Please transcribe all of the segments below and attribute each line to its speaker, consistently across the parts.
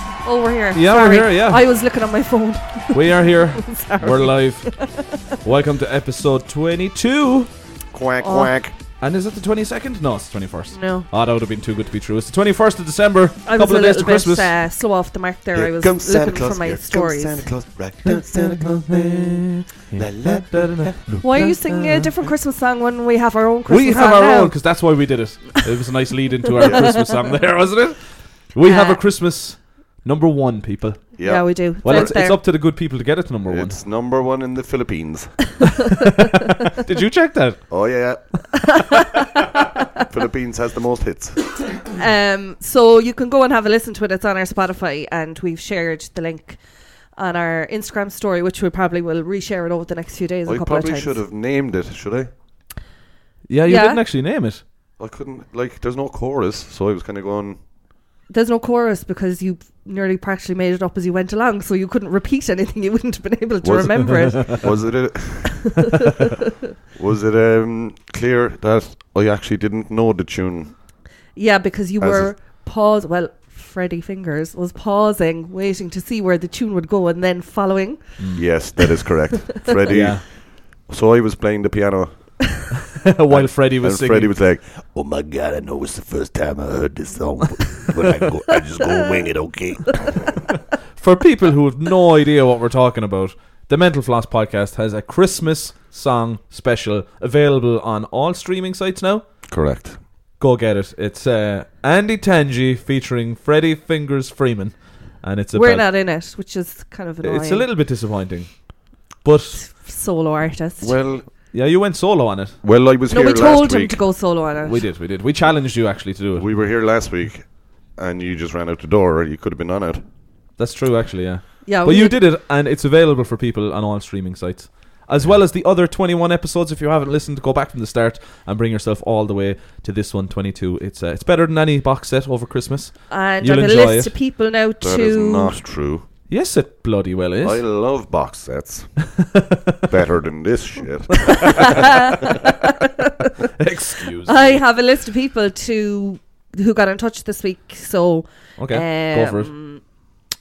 Speaker 1: here.
Speaker 2: Yeah, we're
Speaker 1: Sorry.
Speaker 2: here, yeah.
Speaker 1: I was looking at my phone.
Speaker 2: We are here.
Speaker 1: Sorry.
Speaker 2: We're live. Welcome to episode 22.
Speaker 3: Quack
Speaker 1: Oh.
Speaker 3: quack.
Speaker 2: And is it the 22nd? No, it's the 21st.
Speaker 1: No.
Speaker 2: Oh, that would have been too good to be true. It's the 21st of December.
Speaker 1: I was
Speaker 2: couple
Speaker 1: a
Speaker 2: of days
Speaker 1: little bit
Speaker 2: to Christmas.
Speaker 1: uh, slow off the mark there. I was
Speaker 3: comes Santa
Speaker 1: looking for
Speaker 3: Claus,
Speaker 1: my
Speaker 3: here comes
Speaker 1: stories.
Speaker 3: Santa Claus, right down Santa Claus Lane. La, la, la, la, la.
Speaker 1: Why are you singing a different Christmas song when we have our own Christmas
Speaker 2: We
Speaker 1: song
Speaker 2: have our
Speaker 1: now?
Speaker 2: own, because that's why we did it. It was a nice lead into our Christmas song there, wasn't it? We have
Speaker 1: Uh,
Speaker 2: a Christmas number one, people.
Speaker 1: Yeah.
Speaker 3: Yeah.
Speaker 1: we do. It's
Speaker 2: Well,
Speaker 1: out
Speaker 2: it's, it's
Speaker 1: there.
Speaker 2: up to the good people to get it to number one.
Speaker 3: It's number one in the Philippines.
Speaker 2: Did you check that?
Speaker 3: Oh yeah. Philippines has the most hits.
Speaker 1: Um, so you can go and have a listen to it. It's on our Spotify, and we've shared the link on our Instagram story, which we probably will reshare it over the next few days. a
Speaker 3: I
Speaker 1: couple of
Speaker 3: probably
Speaker 1: times.
Speaker 3: should have named it, should I?
Speaker 2: Yeah, you
Speaker 1: Yeah.
Speaker 2: didn't actually name it.
Speaker 3: I couldn't like there's no chorus, so I was kinda going
Speaker 1: There's no chorus because you nearly practically made it up as you went along, so you couldn't repeat anything. You wouldn't have been able to
Speaker 3: Was-
Speaker 1: remember it.
Speaker 3: was it a Was it um clear that I actually didn't know the tune?
Speaker 1: Yeah, because you
Speaker 3: As
Speaker 1: were pause. Well, Freddie Fingers was pausing, waiting to see where the tune would go, and then following.
Speaker 3: Yes, that is correct. Freddie
Speaker 2: Yeah.
Speaker 3: So I was playing the piano
Speaker 2: While Freddie was
Speaker 3: and
Speaker 2: singing.
Speaker 3: Freddie was like, "Oh my god, I know it's the first time I heard this song, but- but I, go, I just go wing it, okay?"
Speaker 2: For people who have no idea what we're talking about, the Mental Floss podcast has a Christmas song special available on all streaming sites now.
Speaker 3: Correct.
Speaker 2: Go get it. It's uh, Andy Tangi featuring Freddie Fingers Freeman, and it's a
Speaker 1: we're
Speaker 2: bel-
Speaker 1: not in it, which is kind of annoying.
Speaker 2: It's a little bit disappointing, but
Speaker 1: solo artist.
Speaker 3: Well,
Speaker 2: yeah, you went solo on it.
Speaker 3: well, I was
Speaker 1: no,
Speaker 3: here
Speaker 1: we
Speaker 3: last
Speaker 1: told him
Speaker 3: week.
Speaker 1: to go solo on it.
Speaker 2: We did, we did. We challenged you actually to do it.
Speaker 3: We were here last week, and you just ran out the door. or You could have been on it.
Speaker 2: That's true, actually. Yeah.
Speaker 1: Yeah,
Speaker 2: But you did it, and it's available for people on all streaming sites, as well as the other 21 episodes. If you haven't listened, go back from the start and bring yourself all the way to this one, 22. It's uh, it's better than any box set over Christmas.
Speaker 1: And
Speaker 2: You'll
Speaker 1: I've a
Speaker 2: enjoy
Speaker 1: list
Speaker 2: it.
Speaker 1: of people now
Speaker 3: That is
Speaker 1: to
Speaker 3: not true.
Speaker 2: Yes, it bloody well is.
Speaker 3: I love box sets better than this shit.
Speaker 2: Excuse.
Speaker 1: I have a list of people to who got in touch this week. So
Speaker 2: okay, go for it.
Speaker 1: um,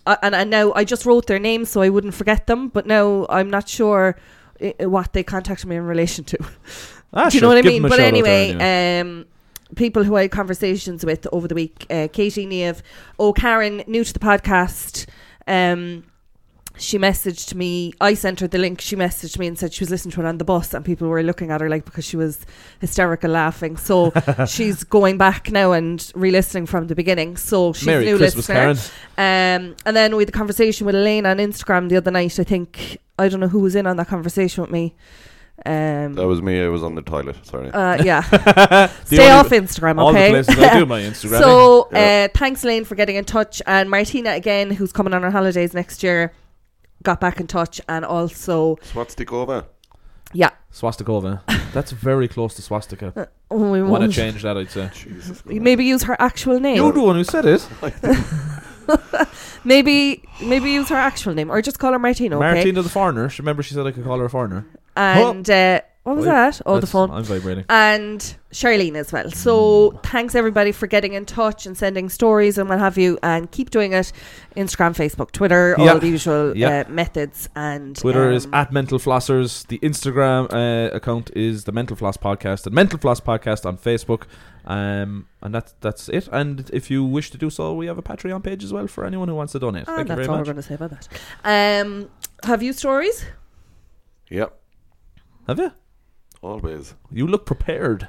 Speaker 1: I, and I now I just wrote their names so I wouldn't forget them. But now I'm not sure i- what they contacted me in relation to.
Speaker 2: Ah,
Speaker 1: Do you
Speaker 2: sure,
Speaker 1: know what I
Speaker 2: give
Speaker 1: mean?
Speaker 2: them
Speaker 1: But
Speaker 2: a shout out there
Speaker 1: anyway, um, people who I had conversations with over the week uh, Katie Neve, oh, Karen, new to the podcast. Um, she messaged me. I sent her the link. She messaged me and said she was listening to it on the bus, and people were looking at her like because she was hysterical laughing. So she's going back now and re-listening from the beginning. So she's uh, a
Speaker 2: Merry
Speaker 1: new
Speaker 2: Christmas,
Speaker 1: listener.
Speaker 2: Karen.
Speaker 1: Um, and then we had a conversation with Elaine on Instagram the other night. I think I don't know who was in on that conversation with me. Um,
Speaker 3: that was me. I was on the toilet. Sorry.
Speaker 1: uh, yeah.
Speaker 2: The
Speaker 1: Stay
Speaker 2: only-
Speaker 1: off Instagram,
Speaker 2: All
Speaker 1: okay?
Speaker 2: the places I do my Instagram.
Speaker 1: so,
Speaker 3: Yeah.
Speaker 1: uh, thanks, Lane, for getting in touch. And Martina, again, who's coming on our holidays next year, got back in touch. And also,
Speaker 3: Swastikova.
Speaker 1: yeah,
Speaker 2: Swastikova. That's very close to swastika.
Speaker 1: oh, we
Speaker 2: Want to
Speaker 1: won't-
Speaker 2: change that? I'd say.
Speaker 3: Jesus.
Speaker 1: Maybe use her actual name.
Speaker 2: You're the one who said it.
Speaker 1: Maybe, maybe use her actual name, or just call her Martina. Okay.
Speaker 2: Martina the foreigner. She- Remember, she said I could call her a foreigner.
Speaker 1: And uh, what was
Speaker 2: Wait,
Speaker 1: that? Oh, the
Speaker 2: That's-
Speaker 1: phone.
Speaker 2: I'm vibrating.
Speaker 1: and Charlene as well. So
Speaker 2: Mm.
Speaker 1: thanks everybody for getting in touch and sending stories and what have you, and keep doing it. Instagram, Facebook, Twitter,
Speaker 2: Yeah.
Speaker 1: all the usual
Speaker 2: Yeah.
Speaker 1: uh, methods. And
Speaker 2: Twitter is
Speaker 1: um,
Speaker 2: at Mental Flossers. The Instagram uh, account is the Mental Floss Podcast and Mental Floss Podcast on Facebook. Um, and that's that's it. And if you wish to do so, we have a Patreon page as well for anyone who wants to donate.
Speaker 1: and
Speaker 2: Thank you
Speaker 1: Ah, that's
Speaker 2: very
Speaker 1: all we're
Speaker 2: much.
Speaker 1: going to say about that. Um, have you stories?
Speaker 3: Yep.
Speaker 2: Have you?
Speaker 3: Always.
Speaker 2: You look prepared.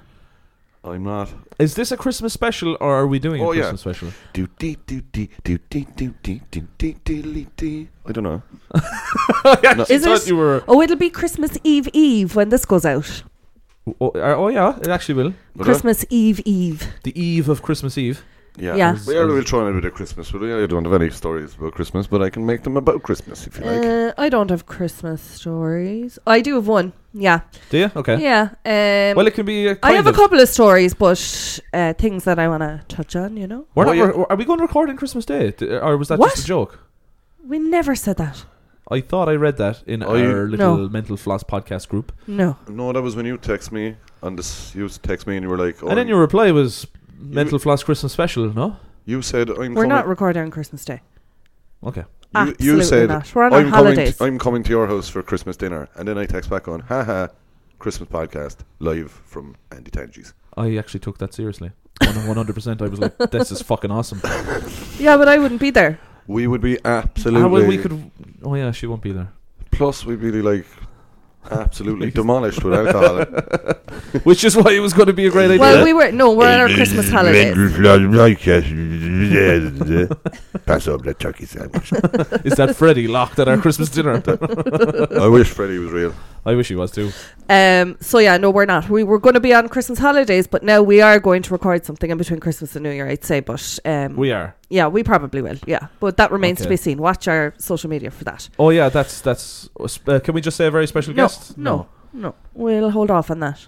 Speaker 3: I'm not.
Speaker 2: Is this a Christmas special or are we doing a
Speaker 3: Oh, yeah.
Speaker 2: Christmas special?
Speaker 3: Do dee do dee do dee do dee do dee dee dee dee. I don't know.
Speaker 2: I actually
Speaker 1: Is
Speaker 2: thought
Speaker 1: it-
Speaker 2: you were.
Speaker 1: Oh, it'll be Christmas Eve Eve when this goes out.
Speaker 2: Oh, uh, oh, yeah, it actually will.
Speaker 3: uh,
Speaker 1: Christmas Eve Eve.
Speaker 2: The eve of Christmas Eve.
Speaker 3: Yeah.
Speaker 1: Yeah.
Speaker 3: We are really trying to do Christmas. Really. I don't have any stories about Christmas, but I can make them about Christmas if you like.
Speaker 1: Uh, I don't have Christmas stories. I do have one. Yeah,
Speaker 2: Do you? Okay.
Speaker 1: yeah. Um,
Speaker 2: Well, it can be. A
Speaker 1: I
Speaker 2: kind
Speaker 1: have a
Speaker 2: of-
Speaker 1: couple of stories, but uh, things that I want to touch on. You know,
Speaker 2: We're
Speaker 3: Oh,
Speaker 2: not,
Speaker 3: yeah.
Speaker 2: we're- are we going to record on Christmas Day? D- uh, Or was that
Speaker 1: What?
Speaker 2: just a joke?
Speaker 1: we never said that.
Speaker 2: I thought I read that in
Speaker 3: Oh, you-
Speaker 2: our little
Speaker 1: No.
Speaker 2: Mental Floss podcast group.
Speaker 1: No.
Speaker 3: No, that was when you text me and this. You text me and you were like, oh,
Speaker 2: And then your reply was Mental Floss Christmas Special, no?
Speaker 3: you said I'm
Speaker 1: We're
Speaker 3: coming.
Speaker 1: not recording on Christmas Day.
Speaker 2: Okay.
Speaker 3: You,
Speaker 1: Absolutely
Speaker 3: you said
Speaker 1: not. We're on our
Speaker 3: I'm coming.
Speaker 1: holidays.
Speaker 3: T- I'm coming to your house for Christmas dinner, and then I text back on, haha, Christmas podcast live from Andy Tangies.
Speaker 2: I actually took that seriously. One hundred percent. I was like, "This is fucking awesome."
Speaker 1: yeah, but I wouldn't be there.
Speaker 3: We would be absolutely.
Speaker 2: Ah, well, we could. Oh yeah, she won't be there.
Speaker 3: Plus, we'd be like absolutely demolished with alcohol.
Speaker 2: Which is why it was going to be a great idea.
Speaker 1: well, we were no, we're on our Christmas holidays.
Speaker 4: holidays. Pass over the turkey sandwich.
Speaker 2: is that Freddie locked at our Christmas dinner?
Speaker 3: I wish Freddie was real.
Speaker 2: I wish he was too.
Speaker 1: Um, so yeah, no, we're not. We were going to be on Christmas holidays, but now we are going to record something in between Christmas and New Year, I'd say. But um,
Speaker 2: We are.
Speaker 1: yeah, we probably will. Yeah, but that remains to
Speaker 2: Okay.
Speaker 1: be seen. Watch our social media for that.
Speaker 2: Oh yeah, that's that's. Uh, can we just say a very special
Speaker 1: No,
Speaker 2: guest?
Speaker 1: no. No, we'll hold off on that.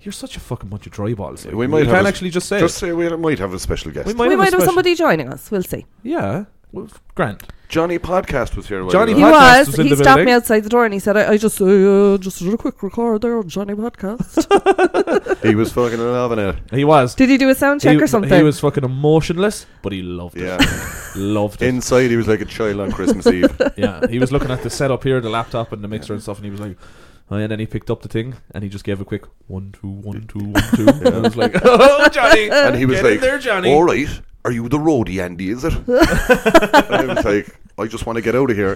Speaker 2: You're such a fucking bunch of dry balls.
Speaker 3: We might have
Speaker 2: can't
Speaker 3: a-
Speaker 2: actually just say.
Speaker 3: Just
Speaker 2: Just
Speaker 3: say we might have a special guest.
Speaker 1: we might have
Speaker 2: special-
Speaker 1: somebody joining us. We'll see.
Speaker 2: Yeah. Well, f- Grant.
Speaker 3: Johnny Podcast was here. a while
Speaker 2: Johnny
Speaker 1: He
Speaker 3: ago.
Speaker 2: Podcast
Speaker 1: was.
Speaker 2: was in
Speaker 1: He
Speaker 2: the
Speaker 1: stopped
Speaker 2: building.
Speaker 1: me outside the door and he said, "I, I just uh, just did a quick record there on Johnny Podcast."
Speaker 3: he was fucking loving it.
Speaker 2: He was.
Speaker 1: did he do a sound check
Speaker 2: he,
Speaker 1: or something?
Speaker 2: He was fucking emotionless, but he loved it.
Speaker 3: Yeah,
Speaker 2: Loved it.
Speaker 3: inside he was like a child on Christmas Eve.
Speaker 2: yeah. He was looking at the setup here, the laptop and the mixer and stuff, and he was like. "Oh," And then he picked up the thing and he just gave a quick one two one two one two. and I was like, "Oh, Johnny!"
Speaker 3: And he was
Speaker 2: Get in
Speaker 3: like,
Speaker 2: "There, Johnny."
Speaker 3: All right, are you the roadie, Andy? Is it? and I was like, I just want to get out of here.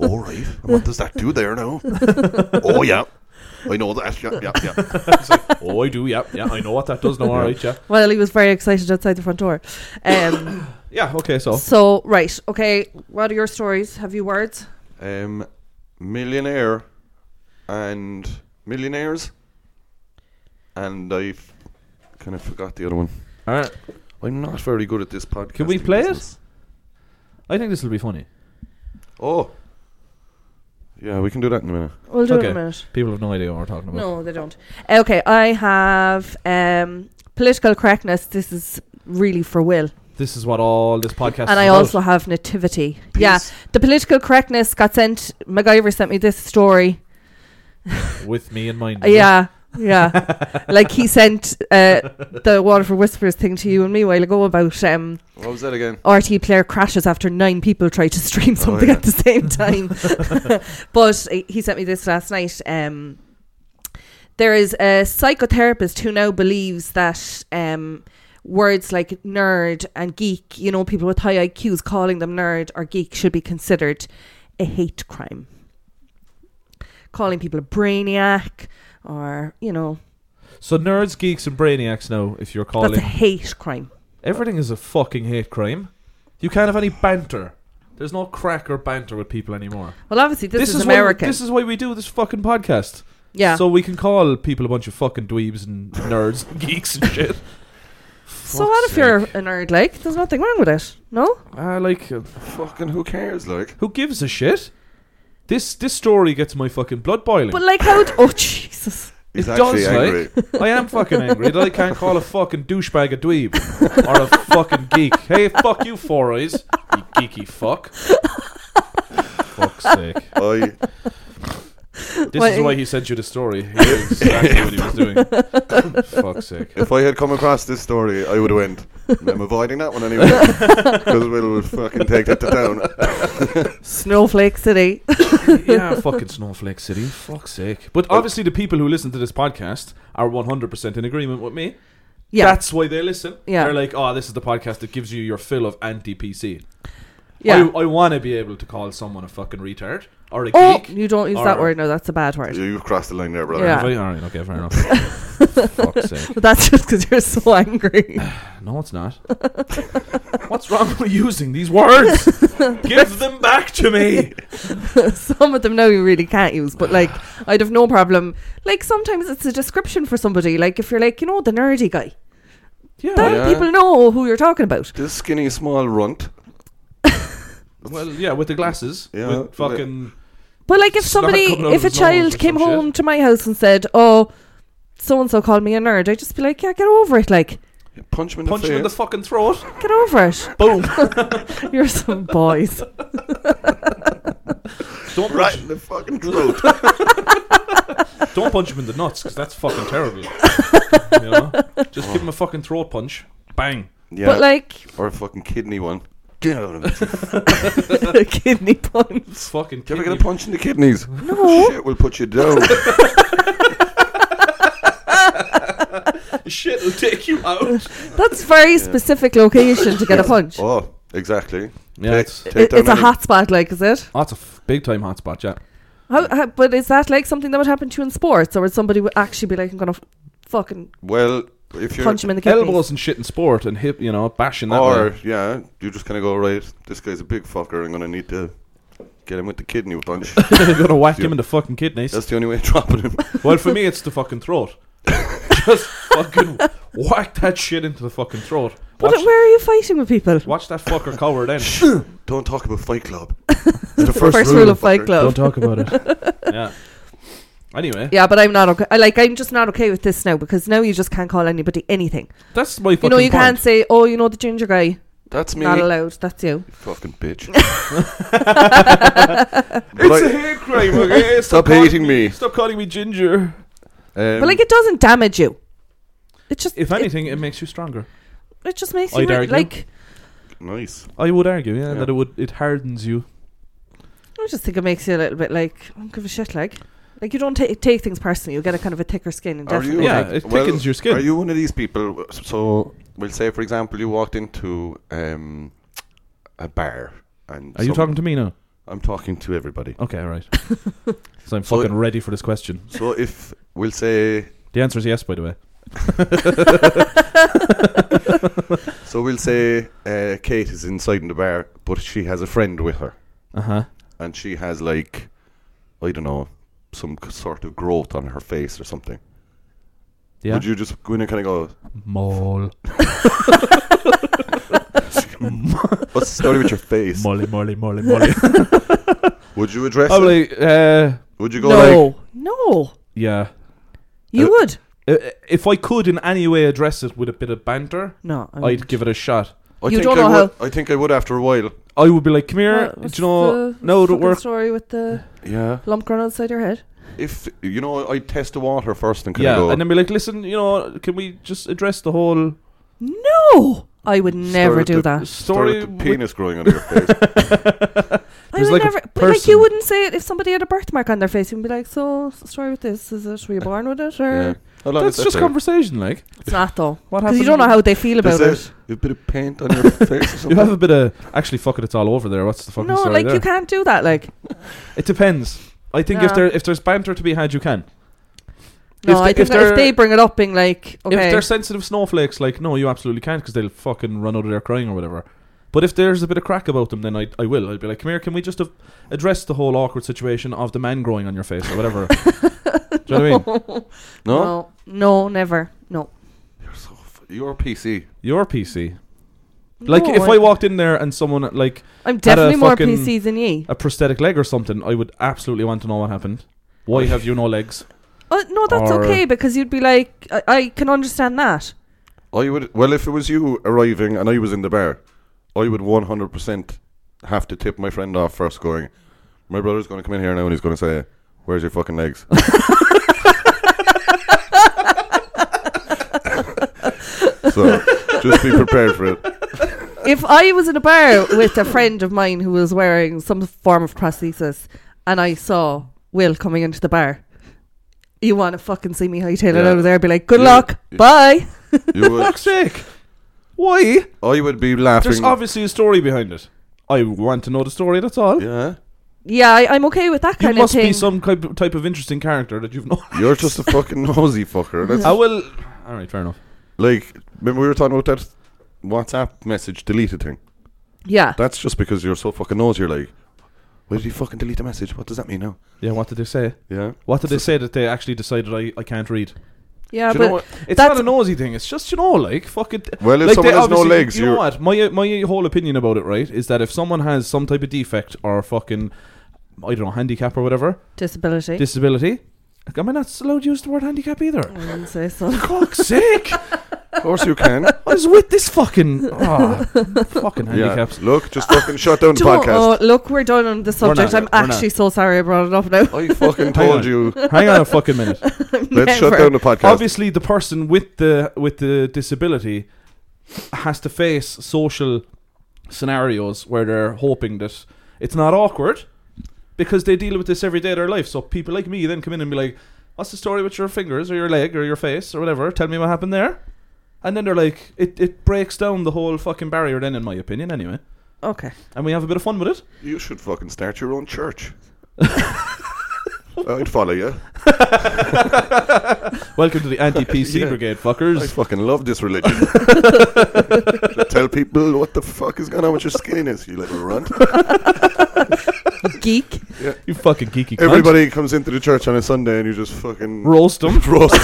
Speaker 3: All right, and what does that do there now? oh yeah, I know that. Yeah, yeah, yeah.
Speaker 2: He's like, "Oh, I do. Yeah, yeah. I know what that does. No, all right, yeah,
Speaker 1: well, he was very excited outside the front door. Um,
Speaker 2: yeah. Okay, so
Speaker 1: so right, okay. What are your stories? Have you words?
Speaker 3: Um, millionaire and millionaires, and I f- kind of forgot the other one.
Speaker 2: all right.
Speaker 3: I'm not very good at this podcast.
Speaker 2: Can we play it?
Speaker 3: business.
Speaker 2: I think this will be funny.
Speaker 3: Oh. Yeah, we can do that in a minute.
Speaker 1: We'll do it
Speaker 2: Okay.
Speaker 1: in a minute.
Speaker 2: People have no idea what we're talking about.
Speaker 1: No, they don't. Okay, I have um, political correctness. This is really for Will,
Speaker 2: This is what all this podcast.
Speaker 1: and
Speaker 2: is
Speaker 1: I
Speaker 2: about.
Speaker 1: also have nativity. Yeah,
Speaker 3: Peace.
Speaker 1: the political correctness got sent. MacGyver sent me this story.
Speaker 2: with me in mind. is it?
Speaker 1: Yeah, yeah. like he sent uh, the Waterford Whispers thing to you and me a while ago about um,
Speaker 3: What was that again?
Speaker 1: RT player crashes after nine people try to stream something
Speaker 3: yeah.
Speaker 1: at the same time. but uh, he sent me this last night. Um, there is a psychotherapist who now believes that um, words like nerd and geek, you know, people with high IQs calling them nerd or geek should be considered a hate crime. Calling people a brainiac or, you know,
Speaker 2: So nerds, geeks, and brainiacs now. If you're
Speaker 1: that's
Speaker 2: calling
Speaker 1: a hate crime.
Speaker 2: everything is a fucking hate crime. You can't have any banter. There's no crack or banter with people anymore.
Speaker 1: Well, obviously, this, is,
Speaker 2: why we-
Speaker 1: American.
Speaker 2: this is why we do this fucking podcast.
Speaker 1: yeah.
Speaker 2: So we can call people a bunch of fucking dweebs and nerds and geeks and shit.
Speaker 1: So what if you're a nerd? Like, there's nothing wrong with it. No,
Speaker 2: Uh, like, uh,
Speaker 3: Fucking who cares, like?
Speaker 2: who gives a shit? This this story gets my fucking blood boiling.
Speaker 1: but like, how? d- oh Jesus!
Speaker 3: He's
Speaker 2: It
Speaker 3: actually
Speaker 2: does,
Speaker 3: angry.
Speaker 2: I am fucking angry that I can't call a fucking douchebag a dweeb or a fucking geek. Hey, fuck you, four eyes, you geeky fuck. Fuck's sake.
Speaker 3: I
Speaker 2: This is
Speaker 1: Well,
Speaker 2: why he sent you the story. He knew exactly what he was doing. Fuck's sake.
Speaker 3: if I had come across this story, I would have went. I'm avoiding that one anyway because Will will fucking take that to town.
Speaker 1: Snowflake City.
Speaker 2: Yeah, fucking Snowflake City. Fuck's sake. But obviously, the people who listen to this podcast are 100% in agreement with me.
Speaker 1: Yeah,
Speaker 2: That's why they listen.
Speaker 1: Yeah.
Speaker 2: They're like, oh, this is the podcast that gives you your fill of anti PC.
Speaker 1: yeah.
Speaker 2: I, I want to be able to call someone a fucking retard or a
Speaker 1: oh,
Speaker 2: geek.
Speaker 1: you don't use
Speaker 2: Or-
Speaker 1: that word. No, that's a bad word.
Speaker 3: You've crossed the line there, brother.
Speaker 1: Yeah.
Speaker 2: Have I? All right. Okay. Fair enough. Fuck's sake.
Speaker 1: But that's just because you're so angry.
Speaker 2: No, it's not. What's wrong with using these words? Give them back to me.
Speaker 1: some of them now you really can't use, but like, I'd have no problem. Like sometimes it's a description for somebody. Like if you're like, you know, the nerdy guy,
Speaker 2: Oh, Yeah.
Speaker 1: then
Speaker 3: Yeah.
Speaker 1: people know who you're talking about.
Speaker 3: This skinny, small runt.
Speaker 2: Well, yeah, with the glasses.
Speaker 3: Yeah,
Speaker 2: With fucking.
Speaker 1: But like, if
Speaker 2: Snot
Speaker 1: somebody,
Speaker 2: coming out
Speaker 1: if
Speaker 2: of
Speaker 1: a
Speaker 2: his nose or
Speaker 1: child
Speaker 2: some
Speaker 1: came
Speaker 2: shit.
Speaker 1: home to my house and said, "Oh, so and so called me a nerd," I'd just be like, "Yeah, get over it. Like,
Speaker 3: Punch him in
Speaker 2: Punch
Speaker 3: the
Speaker 2: him in the
Speaker 3: face.
Speaker 2: fucking throat.
Speaker 1: get over it.
Speaker 2: Boom.
Speaker 1: You're some boys."
Speaker 2: Don't punch,
Speaker 3: right in the fucking throat.
Speaker 2: don't punch him in the nuts because that's fucking terrible. you
Speaker 3: Oh.
Speaker 2: know? Just give him a fucking throat punch. Bang.
Speaker 3: yeah.
Speaker 1: But like,
Speaker 3: or a fucking kidney one. Get out of it.
Speaker 1: kidney punch.
Speaker 2: It's fucking
Speaker 3: Can I
Speaker 2: kidney.
Speaker 3: get a punch in the kidneys?
Speaker 1: No.
Speaker 3: Shit will put you down.
Speaker 2: Shit will take you out.
Speaker 1: That's very specific location to get a punch.
Speaker 3: oh, exactly.
Speaker 2: Yeah,
Speaker 3: Take-
Speaker 2: it's,
Speaker 3: take
Speaker 1: It-
Speaker 3: down
Speaker 1: it's a
Speaker 3: any-
Speaker 1: hot spot, like, is it?
Speaker 2: oh, it's a f- big time hotspot, yeah.
Speaker 1: How, how, but is that like something that would happen to you in sports, or would somebody would actually be like, "I'm gonna f- fucking
Speaker 3: Well, if you're
Speaker 1: punch him in the kidneys"?
Speaker 2: Elbows and shit in sport and hip, you know, bashing that
Speaker 3: or
Speaker 2: way.
Speaker 3: yeah, you just kind of go right. This guy's a big fucker. I'm gonna need to get him with the kidney punch.
Speaker 2: They're gonna whack him in the fucking kidneys.
Speaker 3: That's the only way of dropping him.
Speaker 2: Well, for me, it's the fucking throat. Just fucking whack that shit into the fucking throat.
Speaker 1: But
Speaker 2: Watch,
Speaker 1: where are you fighting with people?
Speaker 2: watch that fucker cower then.
Speaker 3: Don't talk about Fight Club. the first,
Speaker 1: First, rule of Fight
Speaker 3: fucker.
Speaker 1: Club.
Speaker 2: talk about it. Yeah. Anyway,
Speaker 1: Yeah, but I'm not okay. I like I'm just not okay with this now because now you just can't call anybody anything.
Speaker 2: that's my
Speaker 1: you
Speaker 2: fucking
Speaker 1: know, you
Speaker 2: point.
Speaker 1: can't say, "Oh, you know the ginger guy."
Speaker 3: That's me.
Speaker 1: Not allowed. That's you.
Speaker 3: Fucking bitch. But
Speaker 2: It's a
Speaker 3: I-
Speaker 2: hate crime, okay?
Speaker 3: Stop
Speaker 2: calling
Speaker 3: hating me.
Speaker 2: Stop calling me ginger.
Speaker 3: um,
Speaker 1: but like, it doesn't damage you. It just
Speaker 2: If
Speaker 1: it-
Speaker 2: anything, it makes you stronger.
Speaker 1: it, just makes
Speaker 2: I'd
Speaker 1: you re-
Speaker 2: argue.
Speaker 1: like.
Speaker 3: nice.
Speaker 2: I would argue, yeah,
Speaker 3: Yeah.
Speaker 2: that it would it hardens you.
Speaker 1: I just think it makes you a little bit like I don't give a shit. Like, like you don't ta- take things personally. You get a kind of a thicker skin. And
Speaker 3: Are you-
Speaker 1: definitely,
Speaker 2: Yeah,
Speaker 1: like,
Speaker 2: it thickens your skin.
Speaker 3: Are you one of these people? So we'll say, for example, you walked into um, a bar, and
Speaker 2: Are you
Speaker 3: some-
Speaker 2: talking Oh. to me now?
Speaker 3: I'm talking to everybody.
Speaker 2: Okay, all right. so I'm
Speaker 3: So-
Speaker 2: fucking ready for this question.
Speaker 3: So if we'll say,
Speaker 2: The answer is yes, by the way.
Speaker 3: so we'll say uh, Kate is inside in the bar, but she has a friend with her,
Speaker 2: Uh huh.
Speaker 3: and she has like, I don't know, some c- sort of growth on her face or something.
Speaker 2: Yeah.
Speaker 3: Would you just go in and kind of go,
Speaker 2: Mole.
Speaker 3: "What's the story with your face?"
Speaker 2: Molly, Molly, Molly, Molly.
Speaker 3: Would you address? it?
Speaker 2: Probably, uh,
Speaker 3: Would you go
Speaker 1: no,
Speaker 3: like,
Speaker 1: no,
Speaker 2: yeah.
Speaker 1: you
Speaker 3: Uh,
Speaker 1: would
Speaker 2: Uh, If I could in any way address it with a bit of banter,
Speaker 1: no. I
Speaker 2: I'd
Speaker 1: wouldn't.
Speaker 2: give it a shot.
Speaker 3: I
Speaker 1: You
Speaker 3: think
Speaker 1: don't
Speaker 3: I
Speaker 1: know
Speaker 3: would, I think I would after a while.
Speaker 2: I would be like, come here,
Speaker 1: What-
Speaker 2: do
Speaker 1: what's
Speaker 2: you know,
Speaker 1: the
Speaker 2: no, that
Speaker 1: fucking
Speaker 2: work.
Speaker 1: story with the
Speaker 3: Yeah.
Speaker 1: lump growing outside your head.
Speaker 3: If you know, I test the water first and kind
Speaker 2: Yeah,
Speaker 3: of go.
Speaker 2: and then be like, listen, you know, can we just address the whole
Speaker 1: No, I would never
Speaker 3: Start
Speaker 1: do
Speaker 3: with
Speaker 1: that.
Speaker 2: story?
Speaker 3: Start with the
Speaker 2: with-
Speaker 3: penis growing out of your face.
Speaker 1: I
Speaker 2: There's
Speaker 1: would
Speaker 2: like a
Speaker 1: never. But like
Speaker 2: person-
Speaker 1: you wouldn't say it if somebody had a birthmark on their face. You'd be like, "So, s- story with this is it? Were you
Speaker 2: Uh,
Speaker 1: born with it, or
Speaker 3: yeah. How long
Speaker 2: That's
Speaker 3: is that
Speaker 2: just
Speaker 3: there?
Speaker 2: conversation, like.
Speaker 1: it's not though?
Speaker 2: What
Speaker 1: Because
Speaker 2: happened?
Speaker 1: you don't know how they feel about
Speaker 3: Is
Speaker 1: it.
Speaker 3: there a bit of paint on your face or something?
Speaker 2: You have a bit of actually fuck it. It's all over there. What's the fucking
Speaker 1: No,
Speaker 2: story
Speaker 1: like
Speaker 2: there?
Speaker 1: you can't do that. Like,
Speaker 2: It depends. I think if
Speaker 1: Nah.
Speaker 2: there if there's banter to be had, you can.
Speaker 1: no,
Speaker 2: If
Speaker 1: I
Speaker 2: they-
Speaker 1: think
Speaker 2: if
Speaker 1: that if,
Speaker 2: they're-
Speaker 1: they bring it up, being like,
Speaker 2: If
Speaker 1: "Okay,
Speaker 2: they're sensitive snowflakes, like no, you absolutely can't because they'll fucking run out of there crying or whatever. But if there's a bit of crack about them, then I, I will. I'd be like, come here, can we just have address the whole awkward situation of the man growing on your face or whatever? Do you know what I mean?
Speaker 3: no?
Speaker 1: no, no, never, no."
Speaker 3: You're so f- you're PC.
Speaker 2: You're PC. Like
Speaker 1: No,
Speaker 2: if I walked in there and someone like
Speaker 1: I'm
Speaker 2: a
Speaker 1: definitely more
Speaker 2: fucking-
Speaker 1: PC than ye.
Speaker 2: a prosthetic leg or something, I would absolutely want to know what happened. Why have you no legs?
Speaker 1: Uh, no, that's
Speaker 2: Or-
Speaker 1: okay because you'd be like, I, I can understand that.
Speaker 3: I would. Well, if it was you arriving and I was in the bar, I would 100% have to tip my friend off first. Going, my brother's going to come in here now and he's going to say, "Where's your fucking legs?" so just be prepared for it.
Speaker 1: if I was in a bar with a friend of mine who was wearing some form of prosthesis and I saw Will coming into the bar, you want to fucking see me hightail it
Speaker 3: Yeah.
Speaker 1: out of there? Be like, good
Speaker 3: Yeah.
Speaker 1: luck,
Speaker 3: Yeah.
Speaker 1: bye.
Speaker 3: You would.
Speaker 2: Fuck's sake! Why?
Speaker 3: I would be laughing.
Speaker 2: There's obviously a story behind it. I want to know the story. That's all.
Speaker 3: yeah.
Speaker 1: Yeah, I, I'm okay with that
Speaker 2: You
Speaker 1: kind
Speaker 2: must
Speaker 1: of thing.
Speaker 2: be some type of, type of interesting character that you've known.
Speaker 3: You're just a fucking nosy fucker. That's
Speaker 2: I will. All right, fair enough.
Speaker 3: like remember we were talking about that WhatsApp message deleted thing.
Speaker 1: yeah,
Speaker 3: That's just because you're so fucking nosy. You're like, why did you fucking delete the message? What does that mean now?
Speaker 2: Yeah, what did they say?
Speaker 3: Yeah.
Speaker 2: What did they say that they actually decided I, I can't read?
Speaker 1: yeah,
Speaker 3: Do you know
Speaker 1: Ah, but
Speaker 3: what?
Speaker 2: It's
Speaker 1: That's-
Speaker 2: not a nosy thing. It's just you know, like fuck it.
Speaker 3: Well, if
Speaker 2: like,
Speaker 3: someone
Speaker 2: they
Speaker 3: has no
Speaker 2: obviously-
Speaker 3: legs,
Speaker 2: you know
Speaker 3: you're-
Speaker 2: what? My my whole opinion about it, right, is that if someone has some type of defect or fucking I don't know handicap or whatever
Speaker 1: disability.
Speaker 2: disability, like, am I not allowed to use the word handicap either?
Speaker 1: I wouldn't say so.
Speaker 2: Fuck's sake!
Speaker 3: Of course you can.
Speaker 2: I was with this fucking ah, fucking
Speaker 3: yeah.
Speaker 2: handicaps.
Speaker 3: Look, just fucking shut down the
Speaker 1: Do you know-
Speaker 3: podcast.
Speaker 1: oh, look, we're done on the
Speaker 2: We're
Speaker 1: subject.
Speaker 2: not.
Speaker 1: I'm
Speaker 2: We're not.
Speaker 1: actually so sorry I brought it up now.
Speaker 3: I fucking
Speaker 2: Hang
Speaker 3: told
Speaker 2: on.
Speaker 3: you.
Speaker 2: Hang on a fucking minute.
Speaker 3: Let's shut down the podcast.
Speaker 2: obviously the person with the with the disability has to face social scenarios where they're hoping that it's not awkward because they deal with this every day of their life. So people like me then come in and be like, "What's the story with your fingers or your leg or your face or whatever? Tell me what happened there." And then they're like, it, it breaks down the whole fucking barrier. Then, in my opinion, anyway,
Speaker 1: Okay.
Speaker 2: and we have a bit of fun with it.
Speaker 3: You should fucking start your own church. I'd follow you.
Speaker 2: Welcome to the anti-PC brigade,
Speaker 3: I
Speaker 2: fuckers.
Speaker 3: fucking love this religion. Tell people what the fuck is going on with your skinniness, you little runt.
Speaker 1: Geek.
Speaker 2: You fucking geeky. cunt.
Speaker 3: Everybody comes into the church on a Sunday and you just fucking
Speaker 2: roast them.
Speaker 3: roast.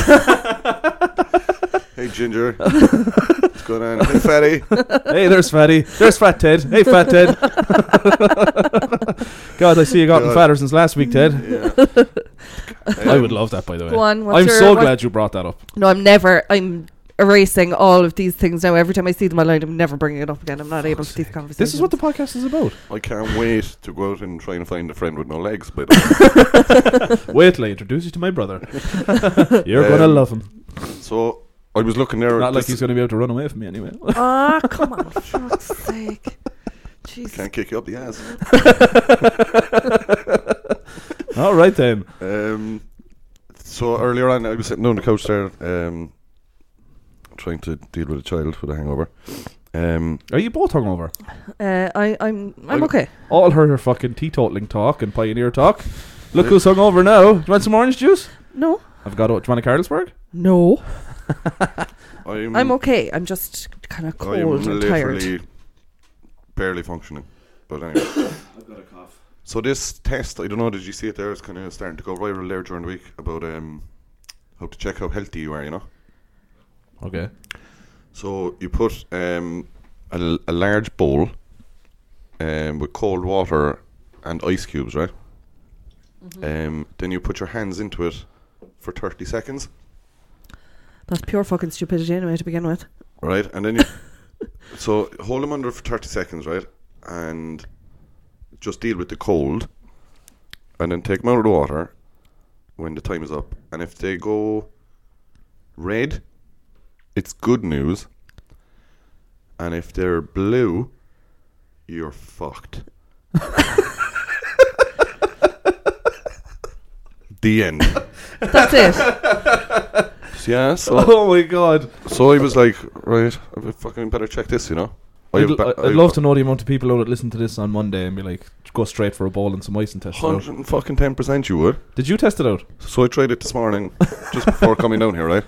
Speaker 3: hey, Ginger. What's going on? Hey, Fatty.
Speaker 2: hey, there's Fatty. There's Fat Ted. Hey, Fat Ted. God, I see you gotten
Speaker 3: God.
Speaker 2: fatter since last week, Ted.
Speaker 3: Yeah.
Speaker 2: I would love that, by the way.
Speaker 1: Go on. What's
Speaker 2: I'm
Speaker 1: your,
Speaker 2: so
Speaker 1: what-
Speaker 2: glad you brought that up.
Speaker 1: No, I'm never. I'm erasing all of these things now. Every time I see them online, I'm never bringing it up again. I'm not able to these conversations.
Speaker 2: This is what the podcast is about.
Speaker 3: I can't wait to go out and try and find a friend with no legs. But
Speaker 2: Wait till I introduce you to my brother. You're
Speaker 3: Um,
Speaker 2: gonna love him.
Speaker 3: so I was looking there.
Speaker 2: Not like
Speaker 3: this-
Speaker 2: he's gonna be able to run away from me anyway.
Speaker 1: Ah, come on, for fuck's sake. Jesus.
Speaker 3: can't kick you up the ass.
Speaker 2: All right then.
Speaker 3: Um, so earlier on, I was sitting on the couch there, um, trying to deal with a child with a hungover. Um,
Speaker 2: Are you both hungover?
Speaker 1: Uh, I, I'm, I'm
Speaker 3: I-
Speaker 1: okay.
Speaker 2: All her fucking teetotaling talk and pioneer talk. Look who's hungover now. Do you want some orange juice?
Speaker 1: No.
Speaker 2: I've got. it. Do you want a Carlsberg?
Speaker 1: No.
Speaker 3: I'm,
Speaker 1: I'm okay. I'm just kind of
Speaker 3: I am
Speaker 1: cold and tired.
Speaker 3: Oh, literally barely functioning. But anyway. So this test, I don't know, did you see it there? It's kind of starting to go viral there during the week about um, how to check how healthy you are, you know?
Speaker 2: Okay.
Speaker 3: So you put um, a, l- a large bowl um, with cold water and ice cubes, right?
Speaker 1: Mm-hmm.
Speaker 3: Um, then you put your hands into it for 30 seconds,
Speaker 1: That's pure fucking stupidity anyway to begin with.
Speaker 3: right? And then you. so hold them under for 30 seconds, right? And just deal with the cold. And then take them out of the water when the time is up. And if they go red, it's good news. And if they're blue, you're fucked. the end.
Speaker 1: That's it.
Speaker 3: Yeah, so,
Speaker 2: Oh my god.
Speaker 3: so I was like, right, I fucking better check this, you know? I
Speaker 2: I'd,
Speaker 3: have ba-
Speaker 2: I'd
Speaker 3: I have
Speaker 2: love to know the amount of people who would listen to this on Monday and be like, go straight for a bowl and some ice and test it out.
Speaker 3: 110% you would.
Speaker 2: Did you test it out?
Speaker 3: So I tried it this morning, just before coming down here, right?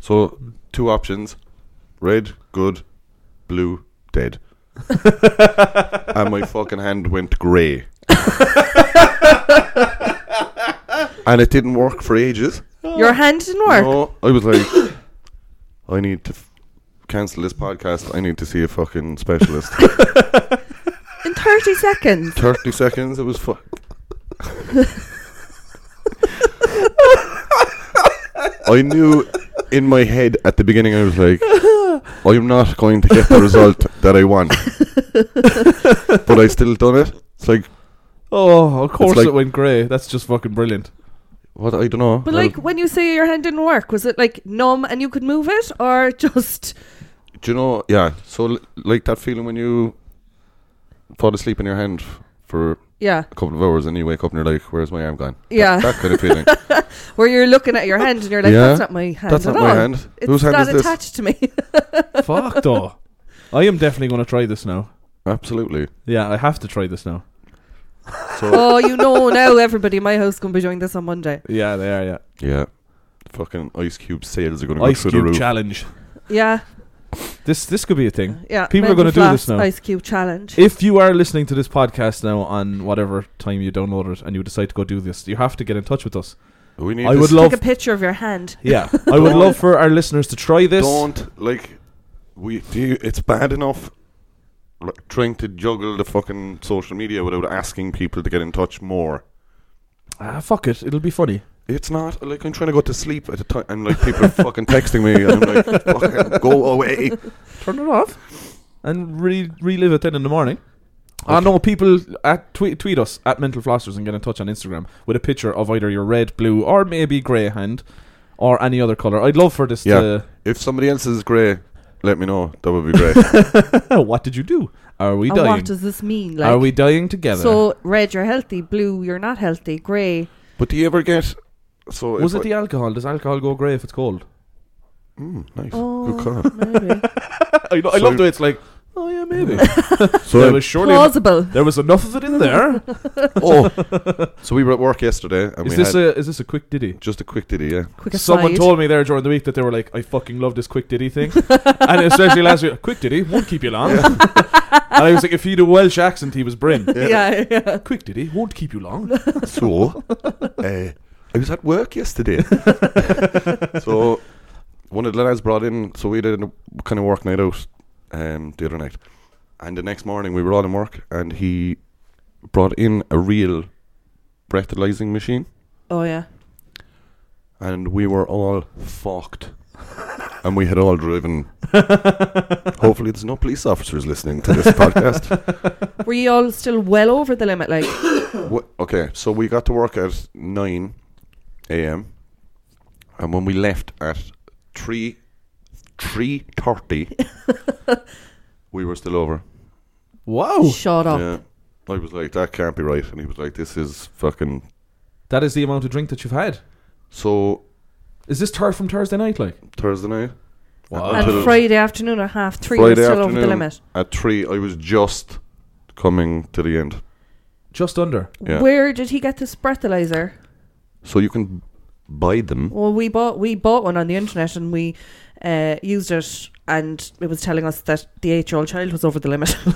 Speaker 3: So two options: red, good; blue, dead. and my fucking hand went grey, and it didn't work for ages.
Speaker 1: Your hand didn't work.
Speaker 3: No, I was like, I need to f- cancel this podcast. I need to see a fucking specialist.
Speaker 1: In 30 seconds.
Speaker 3: Thirty seconds. It was fuck. I knew in my head at the beginning. I was like, I'm not going to get the result that I want, but I still done it. It's like
Speaker 2: Oh, of course
Speaker 3: like-
Speaker 2: it went grey. That's just fucking brilliant.
Speaker 3: what I don't know.
Speaker 1: But like when you say your hand didn't work, was it like numb and you could move it, or just
Speaker 3: do you know? Yeah. So l- like that feeling when you fall asleep in your hand for
Speaker 1: yeah,
Speaker 3: a couple of hours and you wake up and you're like, "Where's my arm gone?"
Speaker 1: yeah,
Speaker 3: That kind of feeling.
Speaker 1: where you're looking at your hand and you're like,
Speaker 3: Yeah.
Speaker 1: that's not my hand
Speaker 3: That's
Speaker 1: at
Speaker 3: not my
Speaker 1: all.
Speaker 3: hand.
Speaker 1: It's
Speaker 3: Whose hand
Speaker 1: not
Speaker 3: is this?
Speaker 1: attached to me.
Speaker 2: Fuck though. I am definitely going to try this now.
Speaker 3: Absolutely.
Speaker 2: Yeah, I have to try this now.
Speaker 3: So
Speaker 1: oh, you know now everybody in my house gonna be doing this on Monday.
Speaker 2: Yeah, they are. Yeah,
Speaker 3: Yeah. Fucking Ice Cube sales are going to go
Speaker 2: ice
Speaker 3: through the
Speaker 2: cube
Speaker 3: roof.
Speaker 2: challenge.
Speaker 1: Yeah,
Speaker 2: This this could be a thing.
Speaker 1: yeah.
Speaker 2: People are
Speaker 1: Mental
Speaker 2: gonna do
Speaker 1: floss
Speaker 2: this now.
Speaker 1: Ice cube challenge.
Speaker 2: If you are listening to this podcast now on whatever time you download it and you decide to go do this, you have to get in touch with us.
Speaker 3: we need
Speaker 2: I
Speaker 3: this-
Speaker 2: would
Speaker 1: Take
Speaker 2: love,
Speaker 1: a picture of your hand.
Speaker 2: yeah, I would
Speaker 3: Don't-
Speaker 2: love for our listeners to try this.
Speaker 3: Don't, like, we do you, it's bad enough like, trying to juggle the fucking social media without asking people to get in touch more.
Speaker 2: Ah, fuck it, it'll be funny.
Speaker 3: It's not like I'm trying to go to sleep at the time, and like people are fucking texting me, and I'm like, fucking go away.
Speaker 2: turn it off and re- relive it then in the morning. I know people at tweet, tweet us at Mental Flossers and get in touch on Instagram with a picture of either your red, blue, or maybe grey hand, or any other color. I'd love for this
Speaker 3: Yeah.
Speaker 2: to
Speaker 3: If somebody else is grey, let me know. That would be great.
Speaker 2: what did you do? Are we
Speaker 1: and
Speaker 2: dying?
Speaker 1: what does this mean? Like,
Speaker 2: Are we dying together?
Speaker 1: so red, you're healthy. Blue, you're not healthy. Grey,
Speaker 3: but do you ever get? So
Speaker 2: was
Speaker 3: if
Speaker 2: it the alcohol? Does alcohol go grey if it's cold?
Speaker 3: I, mm, nice.
Speaker 1: oh,
Speaker 3: Good call.
Speaker 1: maybe
Speaker 2: I, lo- I
Speaker 3: So-
Speaker 2: love the way it's like. Oh yeah, maybe.
Speaker 3: So
Speaker 2: there
Speaker 3: I'm-
Speaker 2: was surely
Speaker 1: plausible.
Speaker 2: there was enough of it in there.
Speaker 3: oh, so we were at work yesterday, and
Speaker 2: is
Speaker 3: we
Speaker 2: this
Speaker 3: had
Speaker 2: a is this a quick ditty?
Speaker 3: just a quick ditty. Yeah,
Speaker 1: Quick aside.
Speaker 2: Someone told me there during the week that they were like, I fucking love this quick ditty thing. and especially last week, quick ditty won't keep you long. and I was like, if he had a Welsh accent, he was brim.
Speaker 1: Yeah, yeah.
Speaker 2: Quick ditty won't keep you long.
Speaker 3: So, uh, I was at work yesterday. so, one of the lads brought in, so we did a kind of work night out um, the other night. And the next morning, we were all in work, and he brought in a real breathalyzing machine,
Speaker 1: Oh yeah.
Speaker 3: and we were all fucked. and we had all driven. Hopefully, there's no police officers listening to this podcast.
Speaker 1: Were you all still well over the limit? Like,
Speaker 3: Wh- okay, so we got to work at 9 a.m. And when we left at 3 3.30, we were still over.
Speaker 2: Wow.
Speaker 1: shut up.
Speaker 3: Yeah. I was like, that can't be right. And he was like, this is fucking...
Speaker 2: That is the amount of drink that you've had.
Speaker 3: So,
Speaker 2: Is this turf from Thursday night like?
Speaker 3: Thursday night?
Speaker 2: Wow.
Speaker 1: And
Speaker 3: Until
Speaker 1: Friday afternoon at half three, you're
Speaker 3: Friday
Speaker 1: still over the
Speaker 3: afternoon.
Speaker 1: limit.
Speaker 3: At 3, I was just coming to the end.
Speaker 2: Just under.
Speaker 3: Yeah.
Speaker 1: Where did he get this breathalyzer?
Speaker 3: So you can buy them.
Speaker 1: Well, we bought we bought one on the internet and we uh, used it, and it was telling us that the eight year old child was over the limit.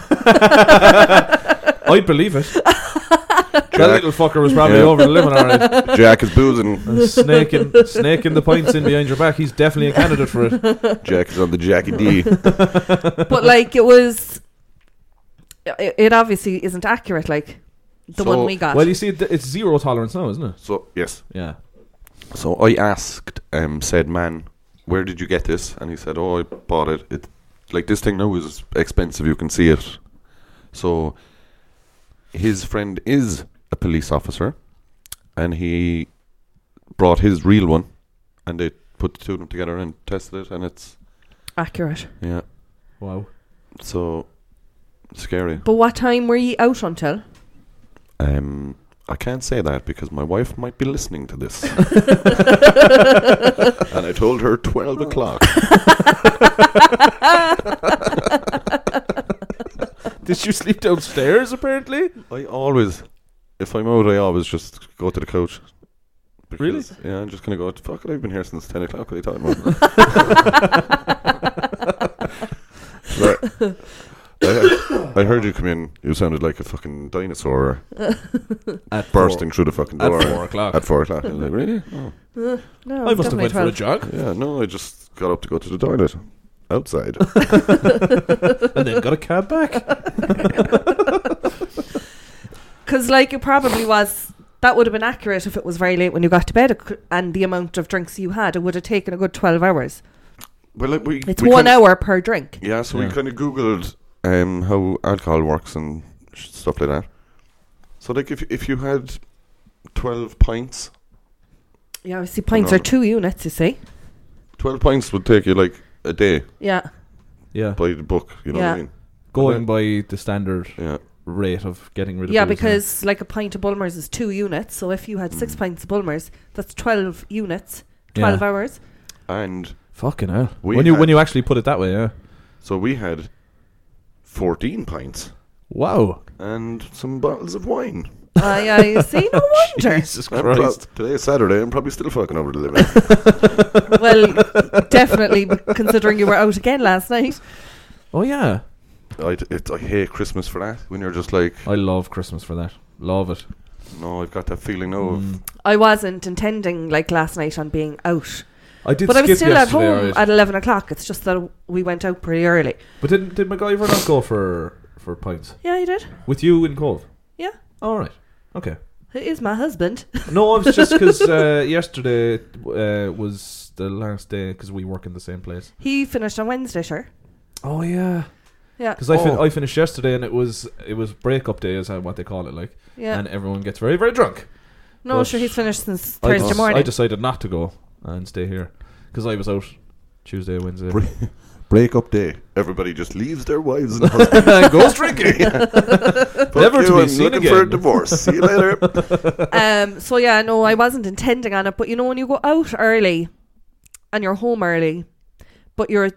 Speaker 2: I'd believe it. that
Speaker 3: Jack,
Speaker 2: little fucker was probably
Speaker 3: Yeah.
Speaker 2: over the limit, alright.
Speaker 3: Jack is boozing.
Speaker 2: Snaking, snaking the pints in behind your back. He's definitely a candidate for it.
Speaker 3: Jack is on the Jackie D.
Speaker 1: but like, it was, it, it obviously isn't accurate. Like the
Speaker 3: So-
Speaker 1: one we got.
Speaker 2: Well, you see, th- it's zero tolerance now, isn't it?
Speaker 3: So, yes.
Speaker 2: Yeah.
Speaker 3: So I asked, um, said, man, where did you get this? And he said, oh, I bought it. It, like this thing now is expensive. You can see it. So his friend is a police officer, and he brought his real one, and they put the two of them together and tested it, and it's
Speaker 1: accurate.
Speaker 3: yeah.
Speaker 2: Wow.
Speaker 3: So scary.
Speaker 1: But what time were you out until?
Speaker 3: Um, I can't say that because my wife might be listening to this, and I told her twelve o'clock.
Speaker 2: Did you sleep downstairs, apparently?
Speaker 3: I always, if I'm out, I always just go to the couch.
Speaker 2: Really?
Speaker 3: Because, Yeah, I'm just gonna go. Fuck it! I've been here since ten o'clock. What are you talking about? Right. I, heard- I heard you come in. You sounded like a fucking dinosaur
Speaker 2: At
Speaker 3: bursting through the fucking
Speaker 2: Four,
Speaker 3: door
Speaker 2: at four o'clock.
Speaker 3: at four o'clock. I was like, really? Oh.
Speaker 1: Uh, no,
Speaker 2: I must
Speaker 1: definitely
Speaker 2: have went for a
Speaker 1: 12.
Speaker 2: jog
Speaker 3: Yeah, no. I just got up to go to the toilet outside.
Speaker 2: and then got a cab back.
Speaker 1: Because, like, it probably was. That would have been accurate if it was very late when you got to bed it cou- and the amount of drinks you had. It would have taken a good 12 hours.
Speaker 3: well, like, we
Speaker 1: It's
Speaker 3: we
Speaker 1: one
Speaker 3: kinda-
Speaker 1: hour per drink.
Speaker 3: Yeah, so
Speaker 2: Yeah.
Speaker 3: we kind of googled um, how alcohol works and sh- stuff like that. So like if if you had twelve pints,
Speaker 1: Yeah, I see pints are two units, you see.
Speaker 3: twelve pints would take you like a day
Speaker 1: Yeah.
Speaker 2: Yeah.
Speaker 3: by the book. You know what I
Speaker 1: Yeah.
Speaker 3: mean?
Speaker 2: Going by the standard
Speaker 3: Yeah.
Speaker 2: rate of getting rid of
Speaker 1: Yeah,
Speaker 2: booze,
Speaker 1: because, like, a pint of Bulmers is two units. So if you had six
Speaker 3: Mm.
Speaker 1: pints of Bulmers, that's 12 units,
Speaker 2: Yeah.
Speaker 1: 12 hours.
Speaker 3: And
Speaker 2: Fucking hell.
Speaker 3: We
Speaker 2: when you when
Speaker 3: had-
Speaker 2: you actually put it that way, yeah.
Speaker 3: so we had fourteen pints
Speaker 2: Wow.
Speaker 3: and some bottles of wine.
Speaker 1: Ah, yeah, you see, no wonder.
Speaker 2: Jesus
Speaker 3: I'm pro-
Speaker 2: Christ.
Speaker 3: today is Saturday. I'm probably still fucking over the limit.
Speaker 1: well, definitely, considering you were out again last night.
Speaker 2: Oh yeah.
Speaker 3: I, d- it, I hate Christmas for that. When you're just like,
Speaker 2: I love Christmas for that. Love it.
Speaker 3: no, I've got that feeling now of
Speaker 2: Mm.
Speaker 1: I wasn't intending, like, last night on being out.
Speaker 2: I did
Speaker 1: But I
Speaker 2: skip
Speaker 1: was still at
Speaker 2: yesterday,
Speaker 1: home
Speaker 2: right?
Speaker 1: at 11 o'clock. It's just that we went out pretty early.
Speaker 2: But didn't did MacGyver not go for for pints?
Speaker 1: Yeah, you did.
Speaker 2: With you in Cove?
Speaker 1: Yeah.
Speaker 2: Alright. Okay.
Speaker 1: It is my husband.
Speaker 2: No, it was just because uh, yesterday uh, was the last day because we work in the same place.
Speaker 1: He finished on Wednesday, sure.
Speaker 2: Oh yeah,
Speaker 1: Yeah.
Speaker 2: because I, fin-
Speaker 3: Oh.
Speaker 2: I finished yesterday and it was it was breakup day is how- what they call it like,
Speaker 1: Yeah.
Speaker 2: and everyone gets very very drunk.
Speaker 1: no,
Speaker 2: but
Speaker 1: sure, he's finished since
Speaker 2: I,
Speaker 1: Thursday
Speaker 2: just-
Speaker 1: morning.
Speaker 2: I decided not to go and stay here because I was out Tuesday, Wednesday.
Speaker 3: Bre- breakup day. Everybody just leaves their wives and husbands.
Speaker 2: Goes drinking.
Speaker 3: Fuck
Speaker 2: Never to
Speaker 3: you,
Speaker 2: be
Speaker 3: I'm
Speaker 2: seen
Speaker 3: looking for a
Speaker 2: again.
Speaker 3: divorce. See you later.
Speaker 1: um, so yeah, no, I wasn't intending on it, but you know when you go out early and you're home early, but you're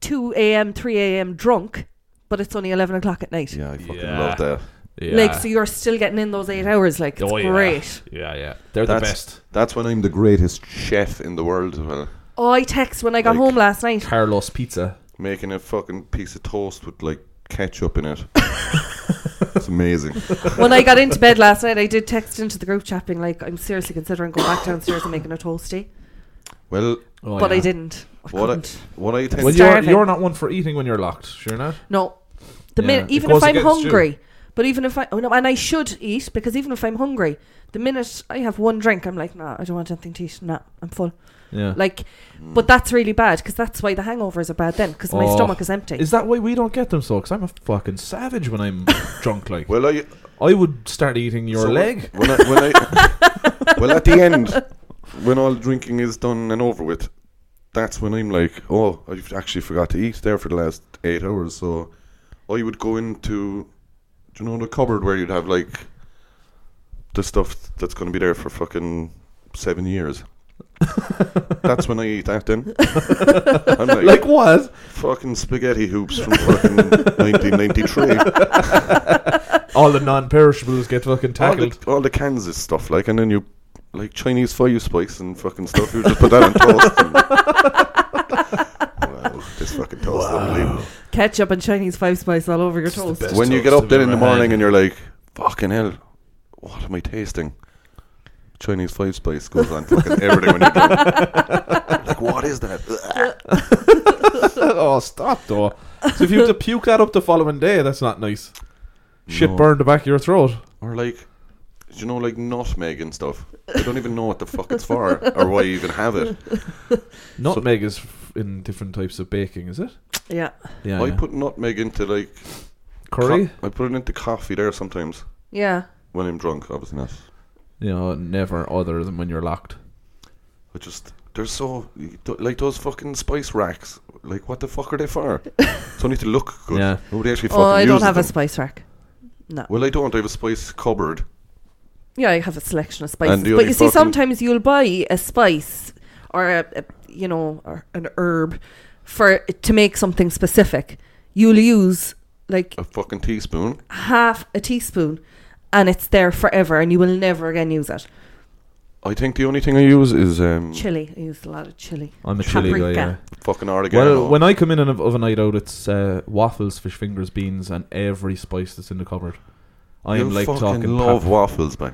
Speaker 1: two a.m., three a.m. drunk, but it's only eleven o'clock at night.
Speaker 3: yeah, I fucking
Speaker 2: Yeah.
Speaker 3: love that.
Speaker 2: Yeah.
Speaker 1: Like so, you're still getting in those eight hours. Like it's
Speaker 2: Oh, yeah.
Speaker 1: great.
Speaker 2: Yeah, yeah. They're the
Speaker 3: That's-
Speaker 2: best.
Speaker 3: That's when I'm the greatest chef in the world as well.
Speaker 1: Oh, I text when I got
Speaker 3: Like-
Speaker 1: home last night.
Speaker 2: Carlos Pizza.
Speaker 3: Making a fucking piece of toast with like ketchup in it. it's amazing.
Speaker 1: when I got into bed last night, I did text into the group chat being like, "I'm seriously considering going back downstairs and making a toasty,"
Speaker 3: Well,
Speaker 2: Oh,
Speaker 1: but I
Speaker 2: yeah.
Speaker 1: didn't. I
Speaker 3: What I-
Speaker 1: couldn't.
Speaker 3: what I think
Speaker 2: When you're,
Speaker 1: Starving.
Speaker 2: you're not one for eating when you're locked, sure not.
Speaker 1: No, the
Speaker 2: Yeah,
Speaker 1: minute
Speaker 2: it
Speaker 1: even
Speaker 2: goes
Speaker 1: if I'm
Speaker 2: against you.
Speaker 1: hungry, but even if I oh no, and I should eat because even if I'm hungry, the minute I have one drink, I'm like, nah, I don't want anything to eat. Nah, I'm full.
Speaker 2: Yeah.
Speaker 1: Like, but that's really bad because that's why the hangovers are bad then because my
Speaker 2: Mm. Oh.
Speaker 1: stomach is empty.
Speaker 2: Is that why we don't get them so? Because I'm a fucking savage when I'm drunk. Like
Speaker 3: Well, I
Speaker 2: I would start eating your
Speaker 3: so when-
Speaker 2: leg.
Speaker 3: When I, when I, well, at the end, when all drinking is done and over with, that's when I'm like, oh, I have actually forgot to eat there for the last eight hours. So I would go into, do you know, the cupboard where you'd have like the stuff that's going to be there for fucking seven years. that's when I eat that then. I'm like,
Speaker 2: Like what?
Speaker 3: fucking spaghetti hoops from fucking 1993.
Speaker 2: All the non-perishables get fucking
Speaker 3: all
Speaker 2: tackled.
Speaker 3: the, all the Kansas stuff, like, and then you, like Chinese fire spice and fucking stuff. You just put that on toast. And wow, this fucking toast! is unbelievable.
Speaker 1: Ketchup and Chinese five spice all over your toast.
Speaker 2: best.
Speaker 3: When you get
Speaker 2: toast
Speaker 3: up then
Speaker 2: I've
Speaker 3: in the
Speaker 2: ever had.
Speaker 3: morning and you're like, fucking hell, what am I tasting? Chinese five spice goes on fucking everything when you're drunk. like, what is that?
Speaker 2: oh, stop though. So if you have to puke that up the following day, that's not nice. Shit
Speaker 3: No.
Speaker 2: burned the back of your throat.
Speaker 3: Or like, you know, like nutmeg and stuff. I don't even know what the fuck it's for or why you even have it.
Speaker 2: Nutmeg is f- in different types of baking, is it?
Speaker 1: Yeah,
Speaker 2: Yeah.
Speaker 3: I
Speaker 2: yeah.
Speaker 3: put nutmeg into like
Speaker 2: curry.
Speaker 3: co- I put it into coffee there sometimes.
Speaker 1: yeah.
Speaker 3: When I'm drunk, obviously not.
Speaker 2: you know, never other than when you're locked.
Speaker 3: I just they're so like those fucking spice racks. Like what the fuck are they for? so I need to look good.
Speaker 2: Yeah.
Speaker 3: Nobody actually fucking
Speaker 1: Oh, I don't
Speaker 3: uses
Speaker 1: have a
Speaker 3: them.
Speaker 1: spice rack. No.
Speaker 3: Well, I don't. I have a spice cupboard.
Speaker 1: Yeah, I have a selection of spices.
Speaker 3: the
Speaker 1: But
Speaker 3: only
Speaker 1: you see,
Speaker 3: fucking-
Speaker 1: sometimes you'll buy a spice or a, a you know or an herb for to make something specific. You'll use like
Speaker 3: A fucking teaspoon.
Speaker 1: half a teaspoon, and it's there forever, and you will never again use it.
Speaker 3: I think the only thing I use is um,
Speaker 1: Chili. I used a lot of chili.
Speaker 2: I'm a chili guy.
Speaker 1: Paprika.
Speaker 2: Yeah.
Speaker 3: fucking oregano.
Speaker 2: Well, when I come in of, of a night out, it's uh, waffles, fish fingers, beans, and every spice that's in the cupboard. I
Speaker 3: you
Speaker 2: am like
Speaker 3: fucking
Speaker 2: talking.
Speaker 3: love
Speaker 2: pap-
Speaker 3: waffles, man.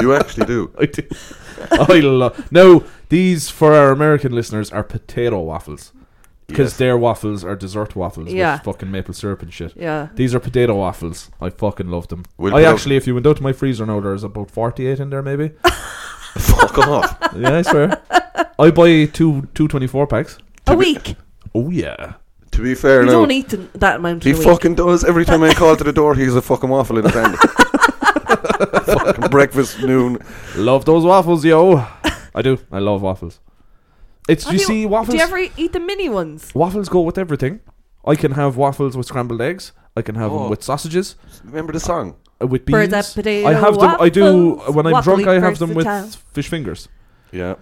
Speaker 3: you actually do.
Speaker 2: I do. I love. No, these for our American listeners are potato waffles because
Speaker 3: Yes.
Speaker 2: their waffles are dessert waffles
Speaker 1: Yeah.
Speaker 2: with fucking maple syrup and shit.
Speaker 1: Yeah.
Speaker 2: These are potato waffles. I fucking love them.
Speaker 3: We'll
Speaker 2: I
Speaker 3: put up-
Speaker 2: actually, if you went out to my freezer now, there's about 48 in there, maybe.
Speaker 3: Fuck off.
Speaker 2: yeah, I swear. I buy two two 24 packs.
Speaker 1: A week.
Speaker 2: Oh, yeah.
Speaker 3: To be fair,
Speaker 1: You
Speaker 3: no.
Speaker 1: don't eat them that amount.
Speaker 3: He
Speaker 1: in a week.
Speaker 3: fucking does. Every time I call to the door, he's a fucking waffle in his hand. fucking breakfast, noon.
Speaker 2: Love those waffles, yo. I do. I love waffles. It's
Speaker 1: Have
Speaker 2: you see waffles.
Speaker 1: Do you ever eat the mini ones?
Speaker 2: waffles go with everything. I can have waffles with scrambled eggs. I can have
Speaker 3: Oh.
Speaker 2: them with sausages,
Speaker 3: Remember the song?
Speaker 2: uh, with
Speaker 1: Bird
Speaker 2: beans.
Speaker 1: that potato
Speaker 2: I have them. I do
Speaker 1: waffles,
Speaker 2: when I'm drunk.
Speaker 1: waffly
Speaker 2: I have them with
Speaker 1: versatile.
Speaker 2: fish fingers.
Speaker 3: Yeah.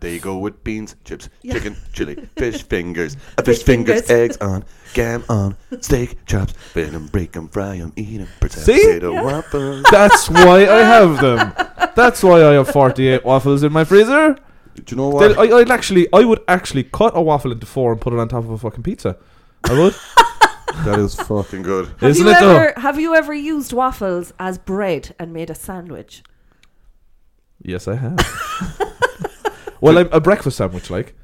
Speaker 3: There you go with beans, chips,
Speaker 1: Yeah.
Speaker 3: chicken, chili, fish fingers,
Speaker 1: Fish
Speaker 3: fish fingers,
Speaker 1: fingers.
Speaker 3: eggs on, gam on, steak chops, fill 'em, break 'em, fry 'em, eat 'em, potato,
Speaker 2: See?
Speaker 3: potato waffles.
Speaker 2: That's why I have them. That's why I have 48 waffles in my freezer.
Speaker 3: Do you know
Speaker 2: Then
Speaker 3: what?
Speaker 2: I, I'd actually, I would actually cut a waffle into four and put it on top of a fucking pizza. I would.
Speaker 3: that is fucking good.
Speaker 1: Have
Speaker 2: Isn't
Speaker 1: you
Speaker 2: it though?
Speaker 1: ever have you ever used waffles as bread and made a sandwich?
Speaker 2: Yes, I have. well, I'm a breakfast sandwich, like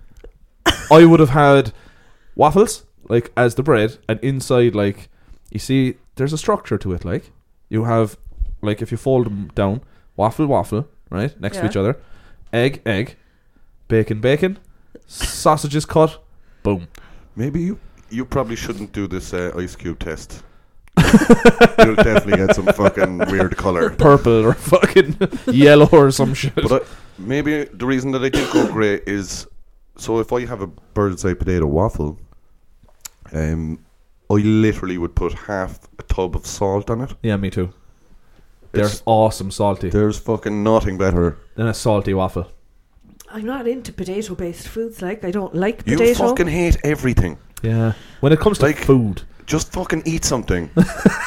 Speaker 2: I would have had waffles, like as the bread, and inside, like you see, there's a structure to it. Like you have, like if you fold them down, waffle, waffle, right next to
Speaker 1: Yeah.
Speaker 2: each other, egg, egg, bacon, bacon, sausages cut, boom.
Speaker 3: Maybe you you probably shouldn't do this uh, ice cube test. You'll definitely get some fucking weird color.
Speaker 2: Purple or fucking yellow or some shit.
Speaker 3: But I, maybe the reason that I did go grey is so if I have a bird's eye potato waffle, um, I literally would put half a tub of salt on it.
Speaker 2: Yeah, me too. They're
Speaker 3: It's-
Speaker 2: awesome salty.
Speaker 3: There's fucking nothing better.
Speaker 2: Then a salty waffle.
Speaker 1: I'm not into potato based foods. Like, I don't like
Speaker 3: You
Speaker 1: potato.
Speaker 3: fucking hate everything.
Speaker 2: Yeah. When it comes to
Speaker 3: Like-
Speaker 2: food,
Speaker 3: Just fucking eat something.
Speaker 1: I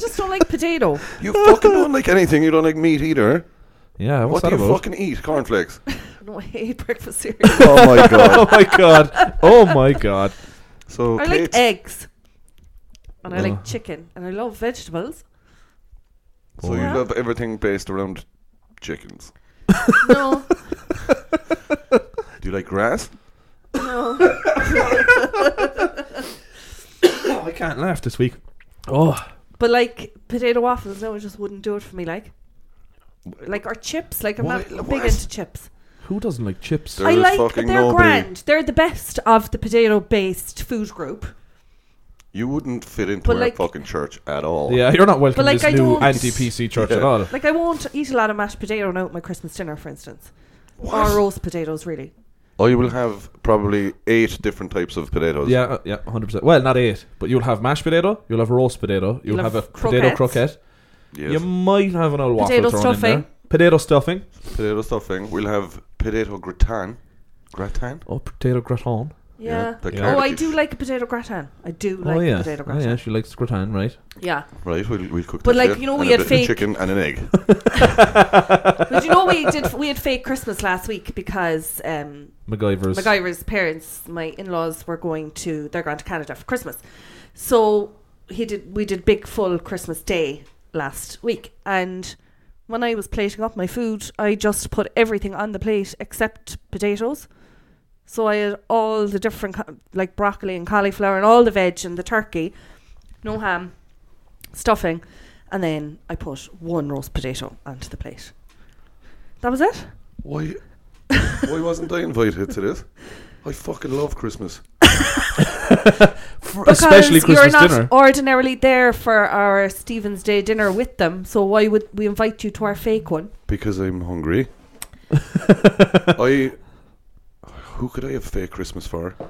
Speaker 1: just don't like potato.
Speaker 3: You fucking don't like anything. You don't like meat either.
Speaker 2: yeah. What's
Speaker 3: what
Speaker 2: that
Speaker 3: do you
Speaker 2: about?
Speaker 3: fucking eat? Cornflakes.
Speaker 1: No, I hate breakfast cereal.
Speaker 3: oh my god.
Speaker 2: oh my god. Oh my god.
Speaker 3: So
Speaker 1: I like
Speaker 3: cakes,
Speaker 1: eggs. And I
Speaker 2: Oh.
Speaker 1: like chicken. And I love vegetables.
Speaker 3: so
Speaker 2: Oh,
Speaker 3: you
Speaker 1: Yeah.
Speaker 3: love everything based around chickens.
Speaker 1: No,
Speaker 3: Do you like grass?
Speaker 1: no.
Speaker 2: Oh, I can't laugh this week. Oh,
Speaker 1: But like potato waffles, no, it just wouldn't do it for me. Like, like or chips. Like I'm
Speaker 3: Why-
Speaker 1: not big
Speaker 3: what?
Speaker 1: into chips.
Speaker 2: who doesn't like chips?
Speaker 3: There
Speaker 1: I
Speaker 3: is
Speaker 1: like they're
Speaker 3: fucking nobody.
Speaker 1: grand. They're the best of the potato based food group.
Speaker 3: You wouldn't fit into
Speaker 1: But
Speaker 3: our
Speaker 1: like-
Speaker 3: fucking church at all.
Speaker 2: Yeah, you're not welcome
Speaker 1: like,
Speaker 2: to this
Speaker 1: I
Speaker 2: new
Speaker 1: don't-
Speaker 2: anti PC church
Speaker 3: Yeah.
Speaker 2: at all.
Speaker 1: Like I won't eat a lot of mashed potato now at my Christmas dinner, for instance, or
Speaker 3: What?
Speaker 1: roast potatoes. Really,
Speaker 3: I Oh, will have probably eight different types of potatoes.
Speaker 2: Yeah, uh, yeah, hundred percent. Well, not eight, but you'll have mashed potato, you'll have roast potato, you'll,
Speaker 1: You'll
Speaker 2: have,
Speaker 1: have
Speaker 2: a potato
Speaker 1: croquettes.
Speaker 2: croquette. You might have an old waffle
Speaker 1: Potato
Speaker 2: thrown in
Speaker 1: stuffing.
Speaker 2: there. Potato stuffing.
Speaker 3: Potato stuffing. We'll have potato gratin. Gratin?
Speaker 2: Oh, potato gratin.
Speaker 1: yeah.
Speaker 3: the
Speaker 2: Yeah.
Speaker 1: Oh, I
Speaker 3: cartilage.
Speaker 1: do like a potato gratin. I do like
Speaker 2: oh
Speaker 1: a
Speaker 2: yeah,
Speaker 1: potato
Speaker 2: oh yeah.
Speaker 1: gratin.
Speaker 2: She likes gratin, right?
Speaker 1: yeah.
Speaker 3: Right, we'll, we'll cook
Speaker 1: But
Speaker 3: that
Speaker 1: like,
Speaker 3: shit
Speaker 1: you know,
Speaker 3: and
Speaker 1: we had
Speaker 3: a bit of
Speaker 1: fake-
Speaker 3: chicken and an egg.
Speaker 1: But you know, we did we had fake Christmas last week because um,
Speaker 2: MacGyver's.
Speaker 1: MacGyver's parents, my in-laws, were going to they're going to Canada for Christmas, so he did we did big full Christmas day last week, and when I was plating up my food, I just put everything on the plate except potatoes. So I had all the different co- like broccoli and cauliflower and all the veg and the turkey, no ham, stuffing, and then I put one roast potato onto the plate. That was it.
Speaker 3: Why? Why wasn't I invited to this? I fucking love Christmas.
Speaker 2: For- especially
Speaker 1: you're
Speaker 2: Christmas
Speaker 1: not
Speaker 2: dinner.
Speaker 1: ordinarily there for our Stephen's Day dinner with them, so why would we invite you to our fake one?
Speaker 3: Because I'm hungry. I. Who could I have fake Christmas for?
Speaker 2: Do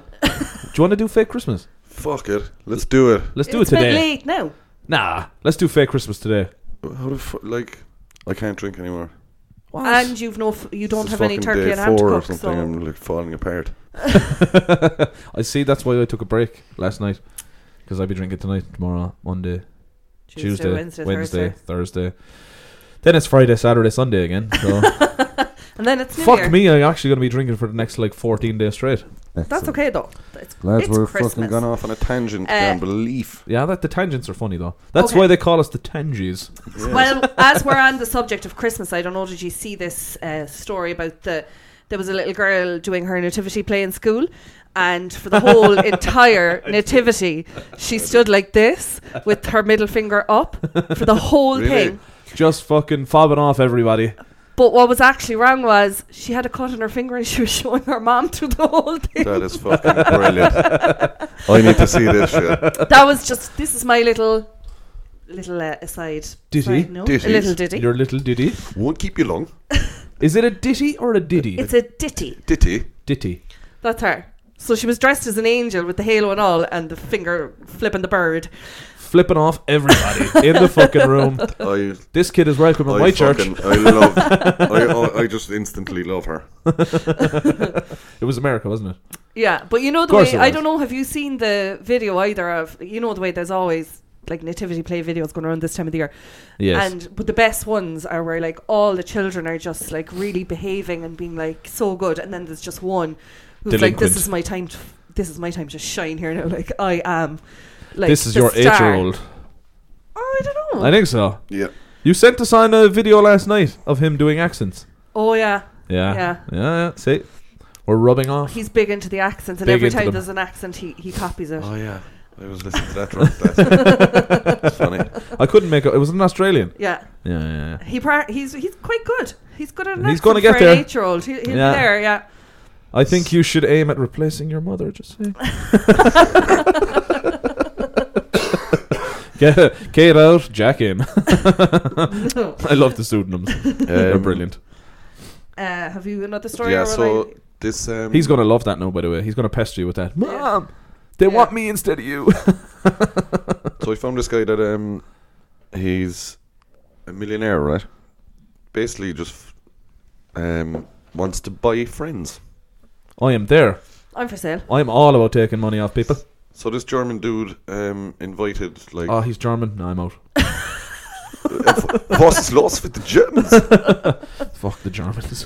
Speaker 2: you want to do fake Christmas?
Speaker 3: Fuck it. Let's do it.
Speaker 2: Let's do
Speaker 1: it's
Speaker 2: it
Speaker 1: a bit
Speaker 2: today.
Speaker 1: late now.
Speaker 2: Nah, let's do fake Christmas today.
Speaker 3: How the fu- like? I can't drink anymore.
Speaker 2: What?
Speaker 1: And you've no, f- you don't
Speaker 3: This is
Speaker 1: have any
Speaker 3: Oh, fucking
Speaker 1: turkey
Speaker 3: day
Speaker 1: and ham to
Speaker 3: four or
Speaker 1: cook,
Speaker 3: something.
Speaker 1: so
Speaker 3: I'm like falling apart.
Speaker 2: I see. That's why I took a break last night because I'll be drinking tonight, tomorrow, Monday, Tuesday, Wednesday, Thursday. Then it's Friday, Saturday, Sunday again. So
Speaker 1: and then it's New
Speaker 2: fuck
Speaker 1: Year.
Speaker 2: me, I'm actually going to be drinking for the next like 14 days straight.
Speaker 1: That's okay though. It's,
Speaker 3: Lads,
Speaker 1: it's
Speaker 3: we're
Speaker 1: Christmas.
Speaker 3: fucking gone off on a tangent
Speaker 1: Uh,
Speaker 3: beyond belief.
Speaker 2: Yeah, that the tangents are funny though. That's
Speaker 1: Okay.
Speaker 2: why they call us the tangies.
Speaker 3: Yes.
Speaker 1: Well, as we're on the subject of Christmas, I don't know. Did you see this uh, story about the? There was a little girl doing her nativity play in school, and for the whole entire nativity, she stood like this with her middle finger up for the whole
Speaker 3: Really?
Speaker 1: thing.
Speaker 2: Just fucking fobbing off everybody.
Speaker 1: But what was actually wrong was she had a cut on her finger and she was showing her mom through the whole thing.
Speaker 3: that is fucking brilliant. I need to see this shit.
Speaker 1: That was just. This is my little, little uh, aside.
Speaker 2: Ditty?
Speaker 1: Side note.
Speaker 3: Ditty.
Speaker 1: A little ditty.
Speaker 2: Your little ditty.
Speaker 3: Won't keep you long.
Speaker 2: Is it a ditty or a diddy?
Speaker 1: it's a ditty.
Speaker 3: Ditty.
Speaker 2: ditty.
Speaker 1: That's her. So she was dressed as an angel with the halo and all, and the finger flipping the bird.
Speaker 2: Flipping off everybody in the fucking room.
Speaker 3: I,
Speaker 2: This kid is welcome in
Speaker 3: I
Speaker 2: my church.
Speaker 3: fucking, I love. I, I, I just instantly love her.
Speaker 2: It was America, wasn't it?
Speaker 1: Yeah, but you know the
Speaker 2: Course
Speaker 1: way
Speaker 2: it
Speaker 1: I
Speaker 2: was.
Speaker 1: don't know. Have you seen the video either of you know the way there's always like nativity play videos going around this time of the year,
Speaker 2: Yes.
Speaker 1: and but the best ones are where like all the children are just like really behaving and being like so good, and then there's just one who's like,
Speaker 2: Delinquent.
Speaker 1: "This is my time. To, this is my time to shine here now. Like I am." Like
Speaker 2: this is
Speaker 1: the
Speaker 2: your
Speaker 1: star."
Speaker 2: eight-year-old.
Speaker 1: Oh, I don't know.
Speaker 2: I think so.
Speaker 3: Yeah.
Speaker 2: You sent us on a video last night of him doing accents.
Speaker 1: oh yeah.
Speaker 2: Yeah.
Speaker 1: Yeah.
Speaker 2: Yeah. yeah. See, we're rubbing off.
Speaker 1: He's big into the accents, and
Speaker 2: Big
Speaker 1: every
Speaker 2: into
Speaker 1: time
Speaker 2: them.
Speaker 1: there's an accent, he, he copies it.
Speaker 3: Oh yeah. I was listening to that. drop. That's, that's funny.
Speaker 2: I couldn't make it. It was an Australian.
Speaker 1: Yeah,
Speaker 2: Yeah, yeah, yeah.
Speaker 1: he pra- he's he's quite good. He's good at an
Speaker 2: He's
Speaker 1: he's
Speaker 2: gonna
Speaker 1: going to
Speaker 2: get
Speaker 1: for
Speaker 2: there.
Speaker 1: An eight-year-old, he, he'll
Speaker 2: Yeah.
Speaker 1: be there. Yeah,
Speaker 2: I think you should aim at replacing your mother. Just say. get, Kate out, Jack in. I love the pseudonyms. They're
Speaker 3: Um,
Speaker 2: brilliant.
Speaker 1: Uh, have you another story?
Speaker 3: yeah,
Speaker 1: or have
Speaker 3: so
Speaker 1: I-
Speaker 3: this. Um,
Speaker 2: He's gonna love that now. By the way, he's gonna pester you with that.
Speaker 1: Yeah.
Speaker 2: Mom, they
Speaker 1: Yeah.
Speaker 2: want me instead of you.
Speaker 3: So I found this guy that um, he's a millionaire, right? Basically, just um wants to buy friends.
Speaker 2: I am there.
Speaker 1: I'm for sale.
Speaker 2: I am all about taking money off people.
Speaker 3: So this German dude um invited like
Speaker 2: Oh, he's German. No, I'm out.
Speaker 3: what's is los with the Germans?
Speaker 2: Fuck the Germans.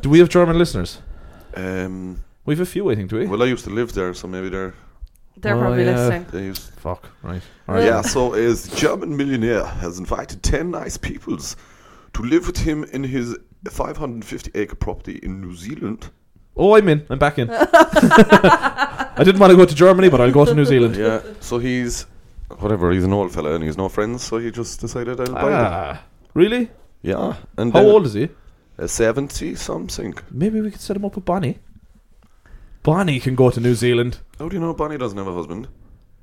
Speaker 2: do we have German listeners?
Speaker 3: um,
Speaker 2: We have a few, I think. Do we?
Speaker 3: well, I used to live there, so maybe they're
Speaker 1: They're
Speaker 2: Oh,
Speaker 1: probably
Speaker 2: yeah.
Speaker 1: listening.
Speaker 3: they used.
Speaker 2: Fuck. Right. All right.
Speaker 3: Yeah. So his German millionaire has invited ten nice peoples to live with him in his 550 acre property in New Zealand.
Speaker 2: Oh, I'm in. I'm back in. I didn't want to go to Germany, but I'll go to New Zealand.
Speaker 3: Yeah. So he's whatever. He's an old fella and he's no friends, so he just decided I'll buy them.
Speaker 2: Ah, really?
Speaker 3: Yeah. And
Speaker 2: How
Speaker 3: then
Speaker 2: old is he?
Speaker 3: Uh, Seventy something.
Speaker 2: Maybe we could set him up with Bonnie. Bonnie can go to New Zealand.
Speaker 3: How do you know Bonnie doesn't have a husband?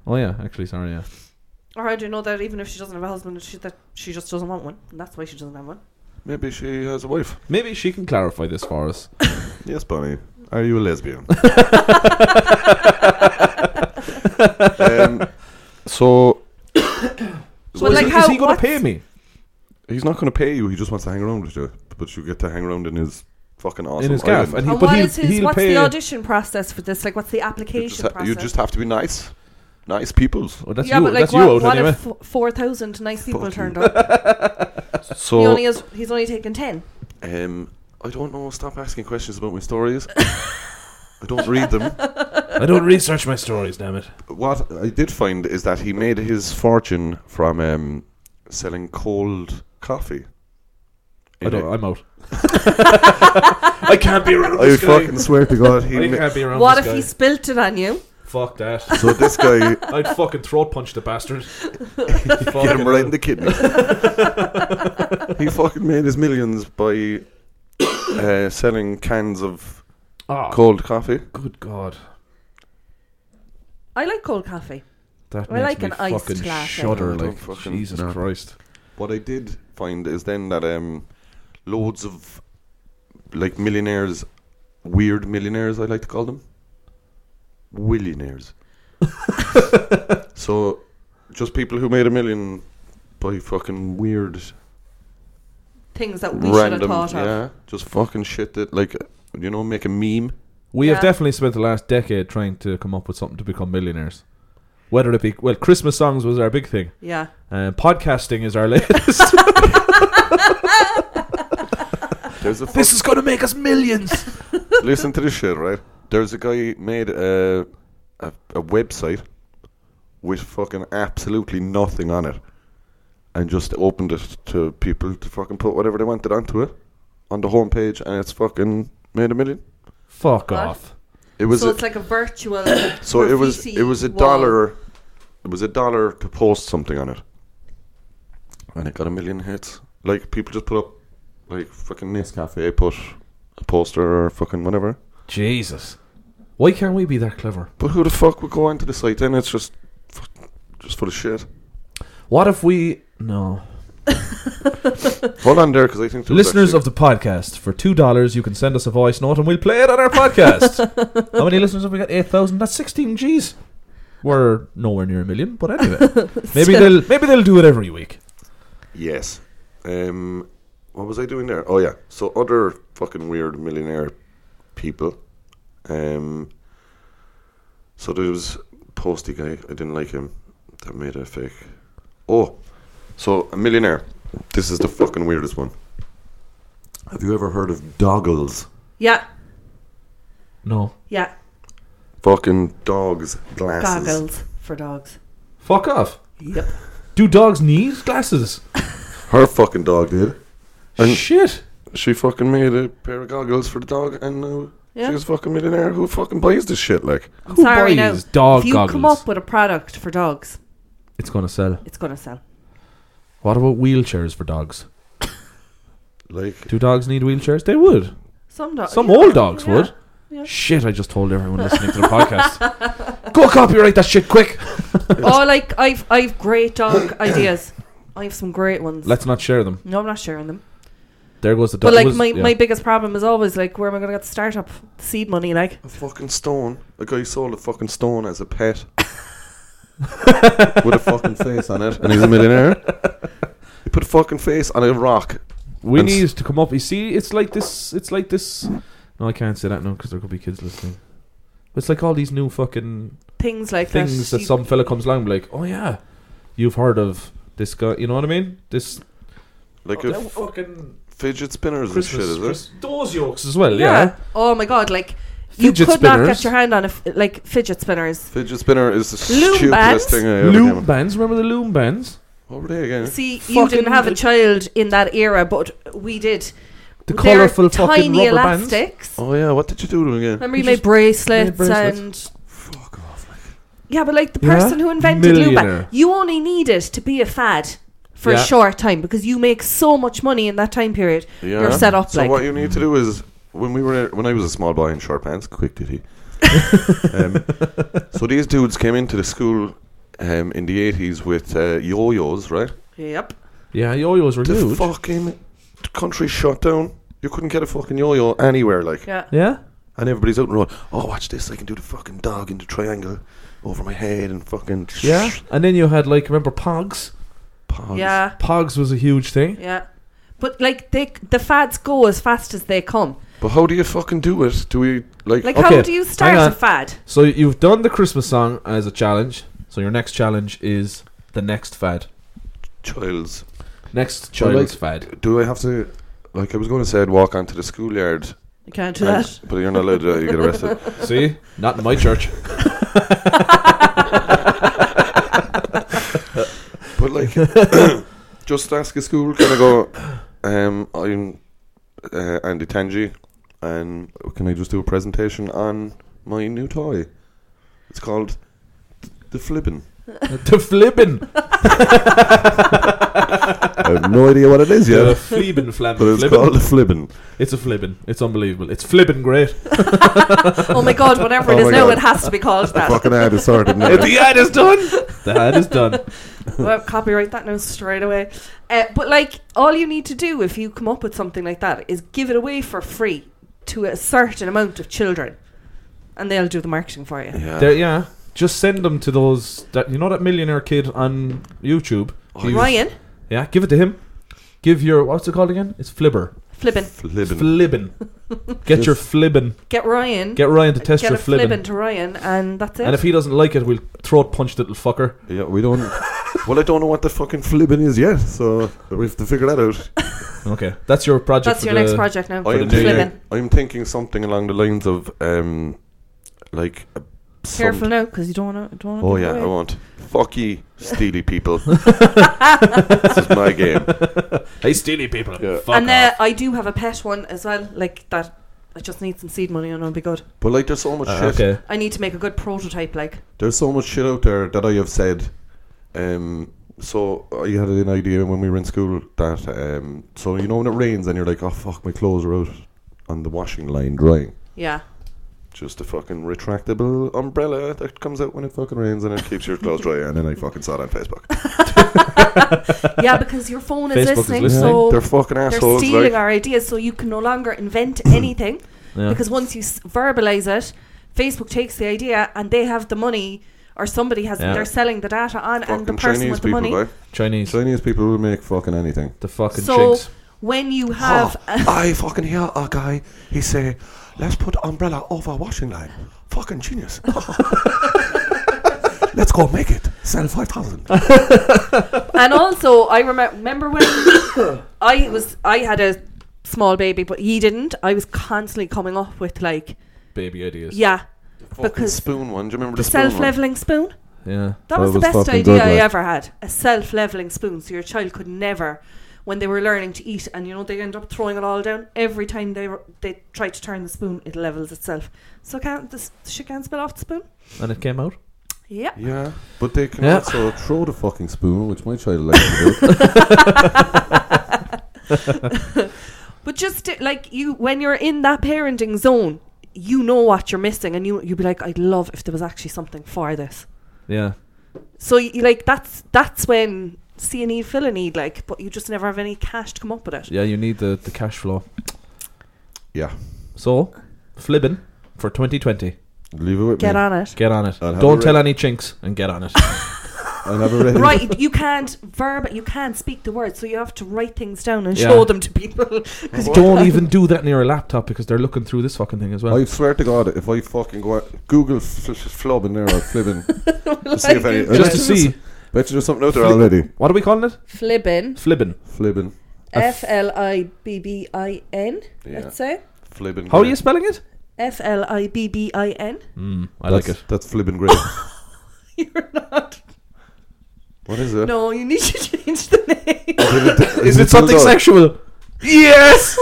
Speaker 2: Oh yeah, actually, sorry, yeah.
Speaker 1: Or how do you know that even if she doesn't have a husband, she, that she just doesn't want one, and that's why she doesn't have one?
Speaker 3: Maybe she has a wife.
Speaker 2: Maybe she can clarify this for us.
Speaker 3: Yes, Bonnie. Are you a lesbian? um, so.
Speaker 1: Well,
Speaker 2: is
Speaker 1: like
Speaker 2: he,
Speaker 1: how-
Speaker 2: is he going
Speaker 1: what's-
Speaker 2: to pay me
Speaker 3: he's not going to pay you. He just wants to hang around with you, but you get to hang around in his fucking awesome
Speaker 2: in his gaff?
Speaker 3: island.
Speaker 2: he-
Speaker 1: and
Speaker 2: but
Speaker 1: what
Speaker 2: he'll-
Speaker 1: is his?
Speaker 2: he'll
Speaker 1: What's
Speaker 2: pay-
Speaker 1: the audition process for this? Like, what's the
Speaker 3: You
Speaker 1: application
Speaker 3: just, ha-
Speaker 1: process?
Speaker 3: you just have to be nice, nice peoples.
Speaker 2: Oh, that's
Speaker 1: yeah,
Speaker 2: you.
Speaker 1: but like,
Speaker 2: that's
Speaker 1: what,
Speaker 2: you out
Speaker 1: what
Speaker 2: anyway.
Speaker 1: if four thousand nice people
Speaker 3: Fuck you.
Speaker 1: turned up?
Speaker 3: So
Speaker 1: he only has, he's only taken ten.
Speaker 3: Um, I don't know. Stop asking questions about my stories. I don't read them.
Speaker 2: I don't research my stories, damn it.
Speaker 3: What I did find is that he made his fortune from um, selling cold coffee.
Speaker 2: I don't, I'm out. I can't be around
Speaker 3: I
Speaker 2: this guy.
Speaker 3: fucking swear to God, he.
Speaker 2: I
Speaker 3: ma-
Speaker 2: can't be around
Speaker 1: What
Speaker 2: this
Speaker 1: if
Speaker 2: guy.
Speaker 1: he spilt it on you?
Speaker 2: Fuck that.
Speaker 3: so this guy
Speaker 2: I'd fucking throat punch the bastard.
Speaker 3: get him right in the kidney. he fucking made his millions by uh, selling cans of
Speaker 2: Oh,
Speaker 3: cold coffee.
Speaker 2: good God.
Speaker 1: I like cold coffee.
Speaker 2: That
Speaker 1: I like
Speaker 2: makes me
Speaker 1: an iced
Speaker 2: fucking
Speaker 1: latte.
Speaker 2: shudder.
Speaker 3: Don't
Speaker 2: Like
Speaker 3: fucking-
Speaker 2: Jesus
Speaker 3: no.
Speaker 2: Christ.
Speaker 3: What I did find is then that um, loads of like millionaires, weird millionaires, I like to call them, millionaires. so, just people who made a million by fucking weird,
Speaker 1: Things that we should have
Speaker 3: random,
Speaker 1: thought of.
Speaker 3: yeah, just fucking shit that like you know make a meme.
Speaker 2: We have
Speaker 1: Yeah.
Speaker 2: definitely spent the last decade trying to come up with something to become millionaires. Whether it be well, Christmas songs was our big thing.
Speaker 1: Yeah.
Speaker 2: Uh, podcasting is our latest.
Speaker 3: There's a
Speaker 2: this is going to make us millions.
Speaker 3: fuck- listen to this shit, right? There's a guy made a, a a website with fucking absolutely nothing on it. and just opened it to people to fucking put whatever they wanted onto it on the homepage, and it's fucking made a million.
Speaker 2: Fuck
Speaker 1: What?
Speaker 2: off.
Speaker 3: It was
Speaker 1: so
Speaker 3: a-
Speaker 1: it's like a virtual.
Speaker 3: so it was
Speaker 1: graffiti
Speaker 3: it was a
Speaker 1: wall.
Speaker 3: dollar, it was a dollar to post something on it, and it got a million hits. Like people just put up like fucking Nescafe put a poster or fucking whatever.
Speaker 2: Jesus. Why can't we be that clever?
Speaker 3: But who the fuck would go onto the site? Then it's just fuck- just full of shit.
Speaker 2: What if we no
Speaker 3: Hold on there, because I think there was
Speaker 2: listeners
Speaker 3: actually-
Speaker 2: of the podcast for two dollars you can send us a voice note and we'll play it on our podcast. How many listeners have we got? Eight thousand. That's sixteen G's. We're nowhere near a million, but anyway, maybe they'll maybe they'll do it every week.
Speaker 3: Yes. Um, what was I doing there? Oh yeah. So other fucking weird millionaire people. Um, so there was posty guy. I didn't like him. That made a fake. Oh, so a millionaire. This is the fucking weirdest one. Have you ever heard of doggles?
Speaker 1: Yeah.
Speaker 2: No,
Speaker 1: Yeah.
Speaker 3: Fucking dogs glasses.
Speaker 1: Goggles for dogs.
Speaker 2: fuck off.
Speaker 1: Yep.
Speaker 2: Do dogs need glasses?
Speaker 3: Her fucking dog did. And-
Speaker 2: Shit.
Speaker 3: She fucking made a pair of goggles for the dog, and now
Speaker 1: Yeah.
Speaker 3: she's a fucking millionaire. Who fucking buys this shit? Like.
Speaker 1: I'm
Speaker 2: Who
Speaker 1: sorry
Speaker 2: buys
Speaker 1: now.
Speaker 2: dog
Speaker 1: if you come
Speaker 2: goggles?
Speaker 1: up with a product for dogs,
Speaker 2: It's gonna sell.
Speaker 1: it's gonna sell.
Speaker 2: What about wheelchairs for dogs?
Speaker 3: Like
Speaker 2: Do dogs need wheelchairs? They would.
Speaker 1: Some dogs.
Speaker 2: Some old dogs
Speaker 1: Uh, yeah.
Speaker 2: would.
Speaker 1: yeah.
Speaker 2: Shit, I just told everyone listening to the podcast. Go copyright that shit quick.
Speaker 1: Oh, like I've I've great dog ideas. I have some great ones.
Speaker 2: Let's not share them.
Speaker 1: no, I'm not sharing them.
Speaker 2: There goes the.
Speaker 1: But
Speaker 2: do-
Speaker 1: like
Speaker 2: was-
Speaker 1: my,
Speaker 2: yeah.
Speaker 1: my biggest problem is always like where am I going to get the startup seed money? Like
Speaker 3: A fucking stone. A guy sold a fucking stone as a pet. With a fucking face on it. And he's a millionaire. He put a fucking face on a rock.
Speaker 2: We
Speaker 3: And s-
Speaker 2: need to come up. You see, it's like this. It's like this. No, I can't say that now because there could be kids listening. It's like all these new fucking
Speaker 1: things like
Speaker 2: things
Speaker 1: that.
Speaker 2: that
Speaker 1: You-
Speaker 2: some fella comes along and be like, oh yeah, you've heard of this guy. You know what I mean? This
Speaker 3: Like
Speaker 2: oh,
Speaker 3: a
Speaker 2: that
Speaker 3: f-
Speaker 2: fucking
Speaker 3: fidget spinners and shit,
Speaker 2: Christmas,
Speaker 3: is it?
Speaker 2: Chris- those yokes as well. Yeah.
Speaker 1: Oh my god! Like you
Speaker 2: Fidget
Speaker 1: could not
Speaker 2: spinners.
Speaker 1: get your hand on a f- like fidget spinners.
Speaker 3: Fidget spinner is the
Speaker 1: Loom
Speaker 3: stupidest
Speaker 1: bands?
Speaker 3: thing I ever came
Speaker 2: Loom
Speaker 3: up-
Speaker 2: bands. Remember the loom bands?
Speaker 3: What were they again?
Speaker 1: See, you
Speaker 2: Fucking-
Speaker 1: didn't have a child in that era, but we did.
Speaker 2: The
Speaker 1: They're
Speaker 2: colourful fucking
Speaker 1: tiny
Speaker 2: rubber bands.
Speaker 1: elastics.
Speaker 3: Oh yeah, what did you do to him again?
Speaker 1: Remember, you
Speaker 2: You
Speaker 1: made
Speaker 2: just
Speaker 1: bracelets,
Speaker 2: made bracelets.
Speaker 1: and
Speaker 3: Fuck off. like.
Speaker 1: yeah, but like the
Speaker 2: Yeah.
Speaker 1: person who invented loom
Speaker 2: Millionaire.
Speaker 1: band, you only need it to be a fad for
Speaker 2: Yeah.
Speaker 1: a short time because you make so much money in that time period.
Speaker 3: Yeah.
Speaker 1: You're set up
Speaker 3: So
Speaker 1: like
Speaker 3: what you need to do is when we were when I was a small boy in short pants, quick did he. um, so these dudes came into the school um, in the eighties with uh, yo-yos, right?
Speaker 1: yep.
Speaker 2: Yeah, yo-yos were
Speaker 3: The
Speaker 2: huge.
Speaker 3: fucking country shut down. You couldn't get a fucking yo-yo anywhere, like.
Speaker 1: Yeah.
Speaker 2: Yeah.
Speaker 3: And everybody's out and rolling. Oh, watch this! I can do the fucking dog in the triangle over my head and fucking
Speaker 2: Yeah. And then you had like remember Pogs.
Speaker 3: Pogs.
Speaker 1: Yeah.
Speaker 2: Pogs was a huge thing.
Speaker 1: Yeah. But like they, the fads go as fast as they come.
Speaker 3: But how do you fucking do it? Do we like? oh,
Speaker 1: Like
Speaker 2: Okay,
Speaker 1: how do you start
Speaker 2: hang on.
Speaker 1: a fad?
Speaker 2: So you've done the Christmas song as a challenge. So your next challenge is the next fad.
Speaker 3: childs.
Speaker 2: Next
Speaker 3: Well,
Speaker 2: child's fad.
Speaker 3: Do I have to? Like I was going to say, I'd walk onto the schoolyard
Speaker 1: You can't do
Speaker 3: And-
Speaker 1: that.
Speaker 3: But uh, you're not allowed to do that. You get arrested.
Speaker 2: See? Not in my church.
Speaker 3: but like, just ask a school. Can I go? Um, I'm uh, Andy Tangi, and can I just do a presentation on my new toy? It's called the Flibbin.
Speaker 2: the flippin'.
Speaker 3: I have no idea what it is
Speaker 2: The
Speaker 3: yet,
Speaker 2: flibbin flam.
Speaker 3: but it's
Speaker 2: flibbin.
Speaker 3: called Oh, the Flibbin.
Speaker 2: It's a flibbin. It's unbelievable. It's flibbin great.
Speaker 1: Oh my god! Whatever
Speaker 3: Oh
Speaker 1: it is
Speaker 3: my
Speaker 1: now,
Speaker 3: God.
Speaker 1: it has to be called that.
Speaker 4: Fucking had to sort it now.
Speaker 2: the ad is done. The ad is done.
Speaker 1: well,
Speaker 2: Hmm.
Speaker 1: copyright that now straight away. Uh, but like, all you need to do if you come up with something like that is give it away for free to a certain amount of children, and they'll do the marketing for you.
Speaker 3: Yeah.
Speaker 2: There, yeah. Just send them to those that you know that millionaire kid on YouTube. He's-
Speaker 1: Ryan,
Speaker 2: Oh, Yeah, give it to him. Give your what's it called again? It's flibber.
Speaker 1: flippin',
Speaker 3: Flibbin.
Speaker 2: Flibbin. Get your flibbin.
Speaker 1: get Ryan,
Speaker 2: Get Ryan to test
Speaker 1: get
Speaker 2: your
Speaker 1: a flippin'
Speaker 2: flibbin.
Speaker 1: to Ryan, and that's it.
Speaker 2: And if he doesn't like it, we'll throat punch the little fucker.
Speaker 3: Yeah, we don't. Well, I don't know what the fucking Flibbin is yet, so we have to figure that out.
Speaker 2: Okay, that's your project.
Speaker 1: that's
Speaker 2: for
Speaker 1: your
Speaker 2: the- Oh,
Speaker 1: next project now.
Speaker 3: I am
Speaker 2: the day.
Speaker 1: Flippin'.
Speaker 3: thinking, I'm thinking something along the lines of, um, like, a, some-
Speaker 1: Careful now, because you don't want to. Don't wanna
Speaker 3: Oh
Speaker 1: give it
Speaker 3: yeah,
Speaker 1: away.
Speaker 3: I won't. Fuck ye, steely people. this is my game.
Speaker 2: Hey, steely people.
Speaker 3: Yeah.
Speaker 2: Fuck
Speaker 1: and uh,
Speaker 2: off.
Speaker 1: I do have a pet one as well, like that. I just need some seed money and I'll be good.
Speaker 3: But like, there's so much
Speaker 2: Uh,
Speaker 3: shit.
Speaker 2: okay.
Speaker 1: I need to make a good prototype, like.
Speaker 3: There's so much shit out there that I have said. Um, so I had an idea when we were in school that um, so you know when it rains and you're like, oh fuck, my clothes are out on the washing line drying.
Speaker 1: Yeah.
Speaker 3: Just a fucking retractable umbrella that comes out when it fucking rains and it keeps your clothes dry. And then I fucking saw it on Facebook.
Speaker 1: Yeah, because your phone is
Speaker 2: Facebook is
Speaker 1: listening,
Speaker 2: listening.
Speaker 1: so
Speaker 3: They're
Speaker 1: Oh, they're,
Speaker 3: fucking assholes.
Speaker 1: stealing
Speaker 3: like,
Speaker 1: our ideas, so you can no longer invent anything
Speaker 2: Yeah.
Speaker 1: because once you s- verbalize it, Facebook takes the idea and they have the money, or somebody has.
Speaker 2: Yeah.
Speaker 1: They're selling the data on, and the
Speaker 3: fucking
Speaker 1: person
Speaker 3: Chinese
Speaker 1: with the
Speaker 3: people,
Speaker 1: money.
Speaker 3: right?
Speaker 2: Chinese.
Speaker 3: Chinese people will make fucking anything.
Speaker 2: The fucking
Speaker 1: So
Speaker 2: chinks.
Speaker 1: when you have,
Speaker 5: Oh, I fucking hear a guy. He say, "Let's put umbrella over washing line." Fucking genius. Let's go make it. Sell five thousand.
Speaker 1: and also I remem- remember when I was I had a small baby, but he didn't. I was constantly coming up with like,
Speaker 2: Baby ideas.
Speaker 1: yeah,
Speaker 3: Fucking
Speaker 1: because
Speaker 3: spoon one. Do you remember the,
Speaker 1: the
Speaker 3: spoon one?
Speaker 1: self-leveling spoon.
Speaker 2: Yeah.
Speaker 1: That
Speaker 3: That
Speaker 1: was the
Speaker 3: was
Speaker 1: best
Speaker 3: fucking
Speaker 1: idea
Speaker 3: good,
Speaker 1: I
Speaker 3: like.
Speaker 1: ever had. A self leveling spoon, so your child could never, when they were learning to eat, and you know they end up throwing it all down. Every time they were, they try to turn the spoon, it levels itself. So can't this shit can't spill off the spoon?
Speaker 2: And it came out.
Speaker 1: Yeah.
Speaker 3: Yeah, but they can
Speaker 2: Yeah.
Speaker 3: also throw the fucking spoon, which my child likes to do.
Speaker 1: But just uh, like you, when you're in that parenting zone, you know what you're missing, and you you'd be like, I'd love if there was actually something for this.
Speaker 2: Yeah.
Speaker 1: So you like that's that's when see a need, fill a need, like, but you just never have any cash to come up with it.
Speaker 2: Yeah, you need the, the cash flow.
Speaker 3: Yeah.
Speaker 2: So, flibbing for 2020.
Speaker 3: Leave it with
Speaker 1: Get
Speaker 3: me.
Speaker 1: on it.
Speaker 2: Get on it.
Speaker 3: I'll have
Speaker 2: Don't
Speaker 3: a
Speaker 2: tell any chinks and get on it.
Speaker 3: I'll have a ready.
Speaker 1: right, you can't verb, you can't speak the words, so you have to write things down and
Speaker 2: Yeah.
Speaker 1: show them to people.
Speaker 2: Don't even do that near a laptop because they're looking through this fucking thing as well.
Speaker 3: I swear to God, if I fucking go out, Google f- f- flubbing there or flibbing, to see if any,
Speaker 1: Like,
Speaker 2: Just to see.
Speaker 3: Bet you there's something out there already.
Speaker 2: What are we calling it?
Speaker 1: Flibbin.
Speaker 2: Flibbing.
Speaker 3: Flibbing,
Speaker 1: F L I B B I N,
Speaker 3: Yeah.
Speaker 1: let's say.
Speaker 3: flibbing.
Speaker 2: How are
Speaker 3: grey.
Speaker 2: you spelling it?
Speaker 1: F L I B B I N.
Speaker 3: Hmm.
Speaker 2: Mm, I
Speaker 3: that's,
Speaker 2: like it.
Speaker 3: That's flibbing great.
Speaker 1: You're not.
Speaker 3: What is it?
Speaker 1: No, you need to change the name.
Speaker 2: Is it something
Speaker 3: dildo?
Speaker 2: sexual? Yes!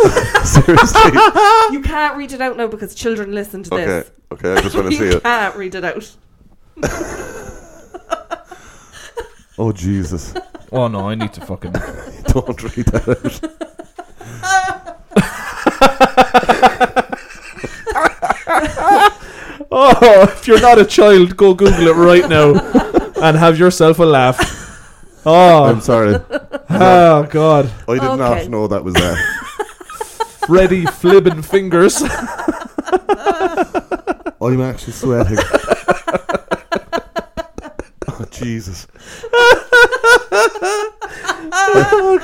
Speaker 3: Seriously.
Speaker 1: you can't read it out now because children listen to
Speaker 3: okay.
Speaker 1: this.
Speaker 3: Okay. I just want to see
Speaker 1: You
Speaker 3: it.
Speaker 1: can't read it out.
Speaker 3: Oh Jesus!
Speaker 2: oh no, I need to fucking.
Speaker 3: Don't read that. Out.
Speaker 2: Oh, if you're not a child, go Google it right now and have yourself a laugh.
Speaker 3: I'm
Speaker 2: Oh,
Speaker 3: sorry.
Speaker 2: oh God.
Speaker 3: I did
Speaker 1: Okay.
Speaker 3: not know that was that.
Speaker 2: Freddy flibbing fingers.
Speaker 3: I'm actually sweating. oh Jesus!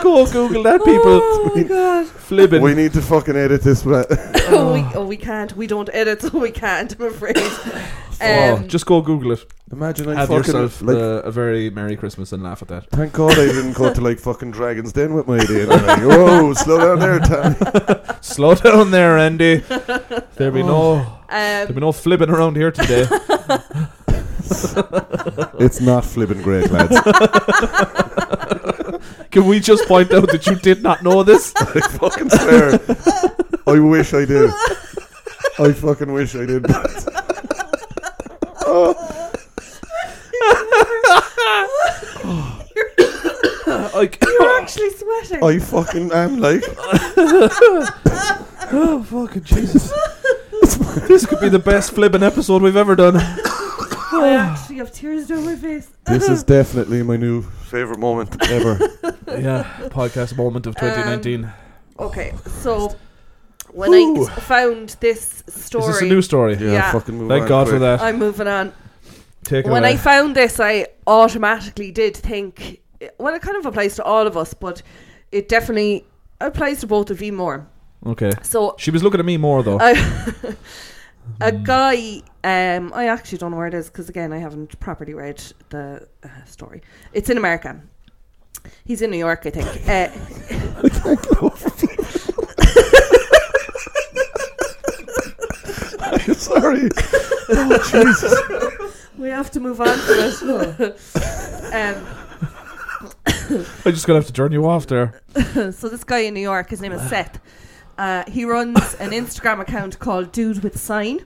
Speaker 2: go Google that, people.
Speaker 1: Oh my god.
Speaker 2: Flibbing.
Speaker 3: We need to fucking edit this. Right?
Speaker 1: oh, we, oh, we can't. We don't edit, so we can't, I'm afraid.
Speaker 2: Oh,
Speaker 1: Um,
Speaker 2: just go Google it.
Speaker 3: Imagine I
Speaker 2: Have
Speaker 3: fucking
Speaker 2: yourself
Speaker 3: like.
Speaker 2: uh, a very Merry Christmas and laugh at that.
Speaker 3: Thank God I didn't go to like fucking Dragons Den with my idea. And I'm like, Whoa, slow down there, Tommy.
Speaker 2: Slow down there, Andy. There be no, there
Speaker 1: um,
Speaker 2: be no flibbing around here today.
Speaker 3: It's not flipping great, lads.
Speaker 2: Can we just point out that you did not know this?
Speaker 3: I fucking swear. I wish I did. I fucking wish I did.
Speaker 2: I c-
Speaker 1: you're actually sweating.
Speaker 3: I fucking am like.
Speaker 2: oh fucking Jesus! this could be the best flibbing episode we've ever done.
Speaker 1: I actually have tears down my face.
Speaker 3: This is definitely my new favorite moment ever.
Speaker 2: Yeah, podcast moment
Speaker 1: Um,
Speaker 2: of 2019.
Speaker 1: Okay, so when
Speaker 2: Ooh.
Speaker 1: I found this story,
Speaker 2: Is this a new story?
Speaker 3: Yeah,
Speaker 1: Yeah.
Speaker 3: fucking move
Speaker 2: Thank
Speaker 3: on
Speaker 2: God
Speaker 3: quick.
Speaker 2: for that.
Speaker 1: I'm moving on.
Speaker 2: Take it
Speaker 1: when
Speaker 2: away.
Speaker 1: I found this, I automatically did think, well, it kind of applies to all of us, but it definitely applies to both of you more.
Speaker 2: okay.
Speaker 1: So
Speaker 2: She was looking at me more
Speaker 1: Uh,
Speaker 2: though.
Speaker 1: I, a
Speaker 3: Hmm.
Speaker 1: guy. Um, I actually don't know where it is because again, I haven't properly read the uh, story. It's in America. He's in New York, I think. Uh,
Speaker 3: I'm sorry. Oh, Jesus.
Speaker 1: we have to move on from it. um,
Speaker 2: I'm just gonna have to turn you off there.
Speaker 1: so this guy in New York, his name is Seth. Uh, he runs an Instagram account called Dude with Sign,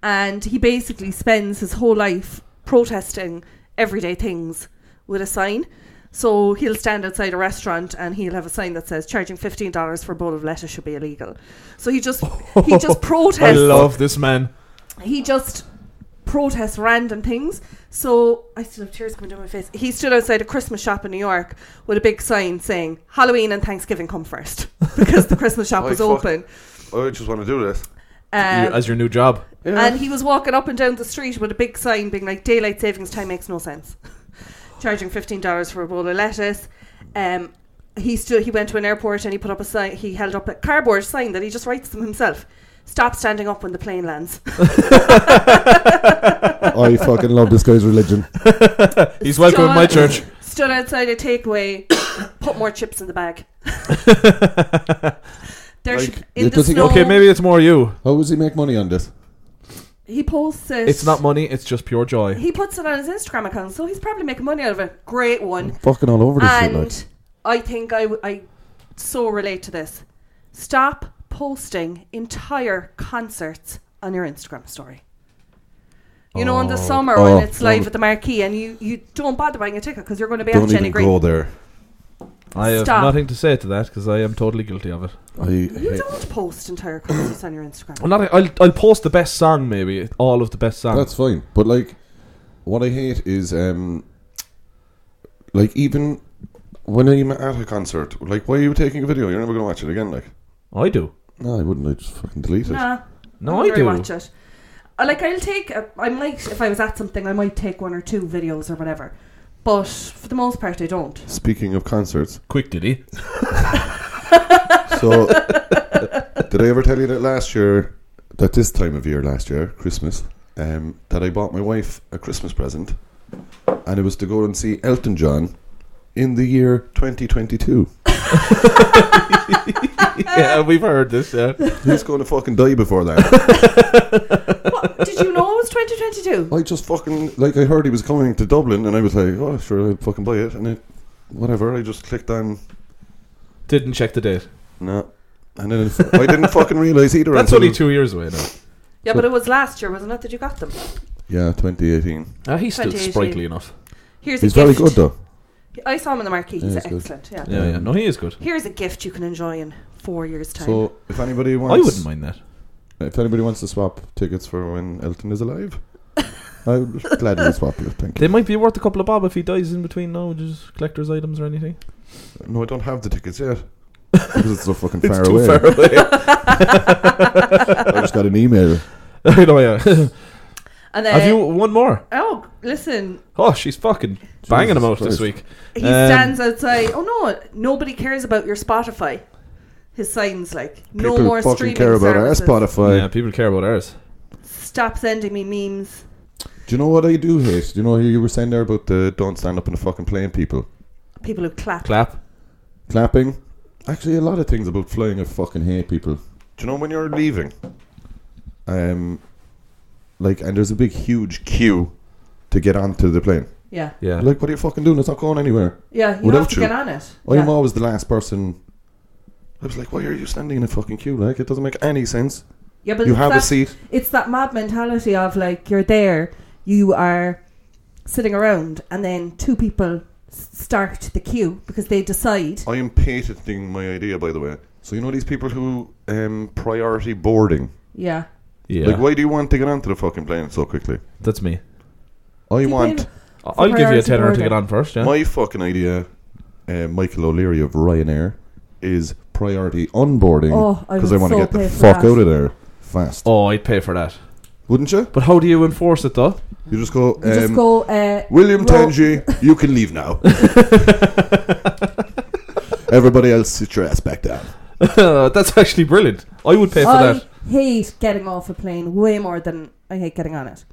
Speaker 1: and he basically spends his whole life protesting everyday things with a sign. So he'll stand outside a restaurant and he'll have a sign that says charging fifteen dollars for a bowl of lettuce should be illegal. So he just he just
Speaker 2: I
Speaker 1: protests.
Speaker 2: love this man.
Speaker 1: he just protests random things. So I still have tears coming down my face. He stood outside a Christmas shop in New York with a big sign saying Halloween and Thanksgiving come first because the Christmas shop
Speaker 3: Oh,
Speaker 1: was
Speaker 3: fuck.
Speaker 1: open.
Speaker 3: I just want to do this.
Speaker 1: Um,
Speaker 2: You- as your new job.
Speaker 1: And he was walking up and down the street with a big sign being like, "Daylight savings time makes no sense." Charging fifteen dollars for a bowl of lettuce. Um, he stood. He went to an airport and he put up a sign. He held up a cardboard sign that he just writes them himself. Stop standing up when the plane lands.
Speaker 3: I fucking love this guy's religion.
Speaker 2: He's welcome in my
Speaker 1: Stood-
Speaker 2: church.
Speaker 1: Stood outside a takeaway. put more chips in the bag. there
Speaker 3: Like,
Speaker 1: should, in the
Speaker 3: does he-
Speaker 1: snow.
Speaker 2: Okay, maybe it's more you.
Speaker 3: How does he make money on this?
Speaker 1: he posts it.
Speaker 2: It's not money. It's just pure joy.
Speaker 1: He puts it on his Instagram account, so he's probably making money out of it. Great one.
Speaker 3: Fucking all over this shit, like.
Speaker 1: and I think I, w- I so relate to this. Stop posting entire concerts on your Instagram story. You know, in the summer
Speaker 3: oh,
Speaker 1: when it's live
Speaker 3: don't-
Speaker 1: at the marquee, and you, you don't bother buying a ticket because you're going to be
Speaker 3: Don't
Speaker 1: at Jenny
Speaker 3: even
Speaker 1: Green.
Speaker 3: go there.
Speaker 2: I have
Speaker 1: Stop.
Speaker 2: nothing to say to that because I am totally guilty of it.
Speaker 3: I
Speaker 1: You
Speaker 3: hate.
Speaker 1: don't post entire concerts on your Instagram.
Speaker 2: I'm not. I'll, I'll post the best song, maybe all of the best songs.
Speaker 3: That's fine. But like, what I hate is, um, like even when I'm at a concert, like, why are you taking a video? You're never going to watch it again, like.
Speaker 2: I do.
Speaker 3: No, I wouldn't. I just fucking delete it.
Speaker 1: Nah,
Speaker 2: No,
Speaker 1: I'll
Speaker 2: I do.
Speaker 1: Watch it. Uh, Like I'll take. A, I might if I was at something, I might take one or two videos or whatever. But for the most part, I don't.
Speaker 3: Speaking of concerts,
Speaker 2: Quick, did he?
Speaker 3: so did I ever tell you that last year, that this time of year last year, Christmas, um, that I bought my wife a Christmas present, and it was to go and see Elton John in the year 2022.
Speaker 1: Uh,
Speaker 2: yeah, we've heard this. Yeah,
Speaker 3: He's going to fucking die before that.
Speaker 1: What, did you know it was 2022?
Speaker 3: I just fucking like I heard he was coming to Dublin, and I was like, oh sure, I'd fucking buy it, and it, whatever. I just clicked on
Speaker 2: didn't check the date.
Speaker 3: no. And then I didn't fucking realise either.
Speaker 2: That's
Speaker 3: until-
Speaker 2: only two years away now.
Speaker 1: Yeah, but it was last year, wasn't it? That you got them.
Speaker 3: Yeah, 2018.
Speaker 2: Ah, he's still
Speaker 1: 2018.
Speaker 2: sprightly enough.
Speaker 1: Here's
Speaker 3: He's
Speaker 1: a
Speaker 3: very
Speaker 1: gift.
Speaker 3: good though.
Speaker 1: I saw him in the marquee. He's
Speaker 3: Yeah, he's good.
Speaker 1: excellent. Yeah.
Speaker 2: Yeah, yeah. No, he is good.
Speaker 1: Here's a gift you can enjoy in four years' time.
Speaker 3: So if anybody wants,
Speaker 2: I wouldn't mind that.
Speaker 3: If anybody wants to swap tickets for when Elton is alive, I would gladly swap you. Thank you.
Speaker 2: They might be worth a couple of bob if he dies in between now, just collector's items or anything.
Speaker 3: No, I don't have the tickets yet because it's so fucking far
Speaker 2: too
Speaker 3: away.
Speaker 2: far away.
Speaker 3: I just got an email.
Speaker 2: I know, yeah.
Speaker 1: and then
Speaker 2: Have you one more?
Speaker 1: oh, listen,
Speaker 2: Oh, she's fucking banging them out
Speaker 3: Jesus
Speaker 2: this week.
Speaker 1: he
Speaker 2: Um,
Speaker 1: stands outside. Oh no, nobody cares about your Spotify. His signs like no
Speaker 3: People
Speaker 1: more
Speaker 3: fucking
Speaker 1: streaming
Speaker 3: care about our
Speaker 1: services.
Speaker 3: Spotify.
Speaker 2: Um, Yeah, people care about ours.
Speaker 1: Stop sending me memes.
Speaker 3: Do you know what I do hate? Do you know what you were saying there about the don't stand up in a fucking plane people
Speaker 1: People who clap.
Speaker 2: Clap.
Speaker 3: clapping? Actually, a lot of things about flying I fucking hate people. Do you know when you're leaving? Um, like, and there's a big, huge queue to get onto the plane.
Speaker 1: Yeah,
Speaker 2: Yeah.
Speaker 3: Like, what are you fucking doing? It's not going anywhere.
Speaker 1: yeah. You
Speaker 3: Without
Speaker 1: have to
Speaker 3: you.
Speaker 1: get on it.
Speaker 3: I
Speaker 1: yeah.
Speaker 3: am always the last person. I was like, why are you standing in a fucking queue? Like, it doesn't make any sense.
Speaker 1: Yeah, but
Speaker 3: You
Speaker 1: it's
Speaker 3: have a
Speaker 1: that-
Speaker 3: seat.
Speaker 1: It's that mad mentality of like you're there, you are sitting around, and then two people s- start the queue because they decide.
Speaker 3: I am patenting my idea, by the way. So, you know these people who um, priority boarding?
Speaker 1: Yeah.
Speaker 2: Yeah.
Speaker 3: Like, why do you want to get onto the fucking plane so quickly?
Speaker 2: That's me.
Speaker 3: I
Speaker 1: People-
Speaker 3: want
Speaker 2: I- I'll give you
Speaker 1: priority
Speaker 2: a tenner to
Speaker 1: boarding.
Speaker 2: get on first, yeah.
Speaker 3: my fucking idea, uh, Michael O'Leary of Ryanair, is priority onboarding
Speaker 1: Oh, I
Speaker 3: because
Speaker 1: would
Speaker 3: I want to
Speaker 1: so
Speaker 3: get the
Speaker 1: pay for
Speaker 3: fuck
Speaker 1: that.
Speaker 3: out of there fast.
Speaker 2: Oh, I'd pay for that.
Speaker 3: Wouldn't you?
Speaker 2: But how do you enforce it though?
Speaker 3: You just go, um,
Speaker 1: You just go. Uh,
Speaker 3: William
Speaker 1: roll-
Speaker 3: Tangi, Oh, you can leave now. Everybody else, sit your ass back down.
Speaker 2: That's actually brilliant. I would pay for
Speaker 1: I
Speaker 2: that.
Speaker 1: hate getting off a plane way more than I hate getting on it.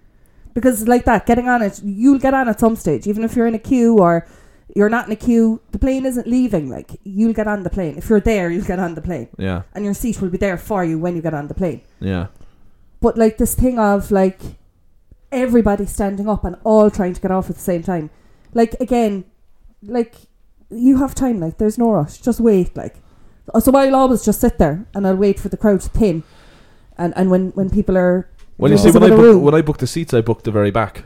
Speaker 1: Because like that, getting on it, you'll get on at some stage, even if you're in a queue or you're not in a queue. The plane isn't leaving. Like you'll get on the plane if you're there. You'll get on the plane,
Speaker 2: Yeah,
Speaker 1: and your seat will be there for you when you get on the plane.
Speaker 2: yeah.
Speaker 1: But like this thing of like everybody standing up and all trying to get off at the same time. Like again, like you have time. Like there's no rush. Just wait. Like Uh, so, I'll always just sit there and I'll wait for the crowd to thin. And and when when people are
Speaker 2: Well, you
Speaker 1: Yeah.
Speaker 2: see,
Speaker 1: Is it
Speaker 2: when I,
Speaker 1: with a
Speaker 2: book,
Speaker 1: room?
Speaker 2: when I book the seats, I book the very back.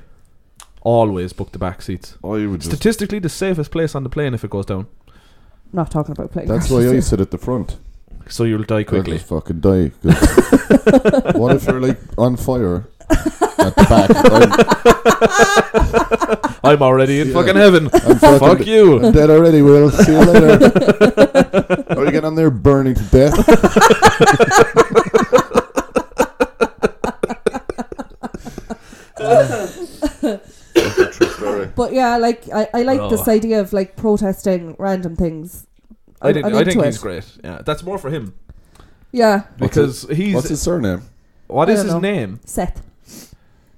Speaker 2: Always book the back seats.
Speaker 3: I would just.
Speaker 2: Statistically, the safest place on the plane if it goes down.
Speaker 1: not talking about playing,
Speaker 3: That's why I sit at the front.
Speaker 2: So you'll die
Speaker 3: I'll
Speaker 2: quickly.
Speaker 3: just fucking die. 'cause what if you're like on fire at the back?
Speaker 2: I'm already in
Speaker 3: Yeah.
Speaker 2: fucking heaven.
Speaker 3: I'm, I'm fucking
Speaker 2: Fuck you.
Speaker 3: I'm dead already, Will. See you later. Are you getting on there burning to death?
Speaker 1: But yeah, like I, I like
Speaker 2: Oh.
Speaker 1: this idea of like protesting random things.
Speaker 2: I,
Speaker 1: I'm-
Speaker 2: think
Speaker 1: I'm
Speaker 2: I think
Speaker 1: into
Speaker 2: he's
Speaker 1: it.
Speaker 2: great. Yeah, that's more for him
Speaker 1: Yeah,
Speaker 2: because he's
Speaker 3: What's his surname?
Speaker 2: what
Speaker 1: I
Speaker 2: is
Speaker 1: don't
Speaker 2: his
Speaker 1: know.
Speaker 2: name?
Speaker 1: Seth.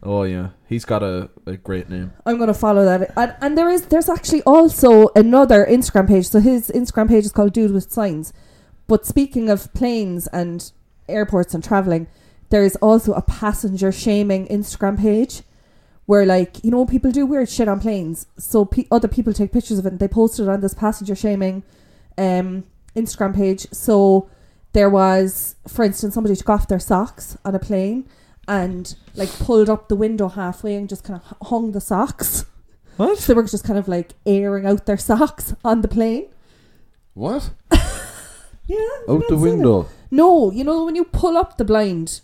Speaker 2: Oh yeah, he's got a, a great name.
Speaker 1: I'm gonna follow that. And, and there is there's actually also another Instagram page. So his Instagram page is called Dude with Signs. But speaking of planes and airports and traveling, there is also a passenger shaming Instagram page where like you know people do weird shit on planes. So pe- other people take pictures of it and they post it on this passenger shaming um, Instagram page. So there was, for instance, somebody took off their socks on a plane and like pulled up the window halfway and just kind of hung the socks.
Speaker 2: What?
Speaker 1: So they were just kind of like airing out their socks on the plane.
Speaker 3: What?
Speaker 1: Yeah.
Speaker 3: Out
Speaker 1: not seen
Speaker 3: the
Speaker 1: it.
Speaker 3: window.
Speaker 1: No, you know when you pull up the blind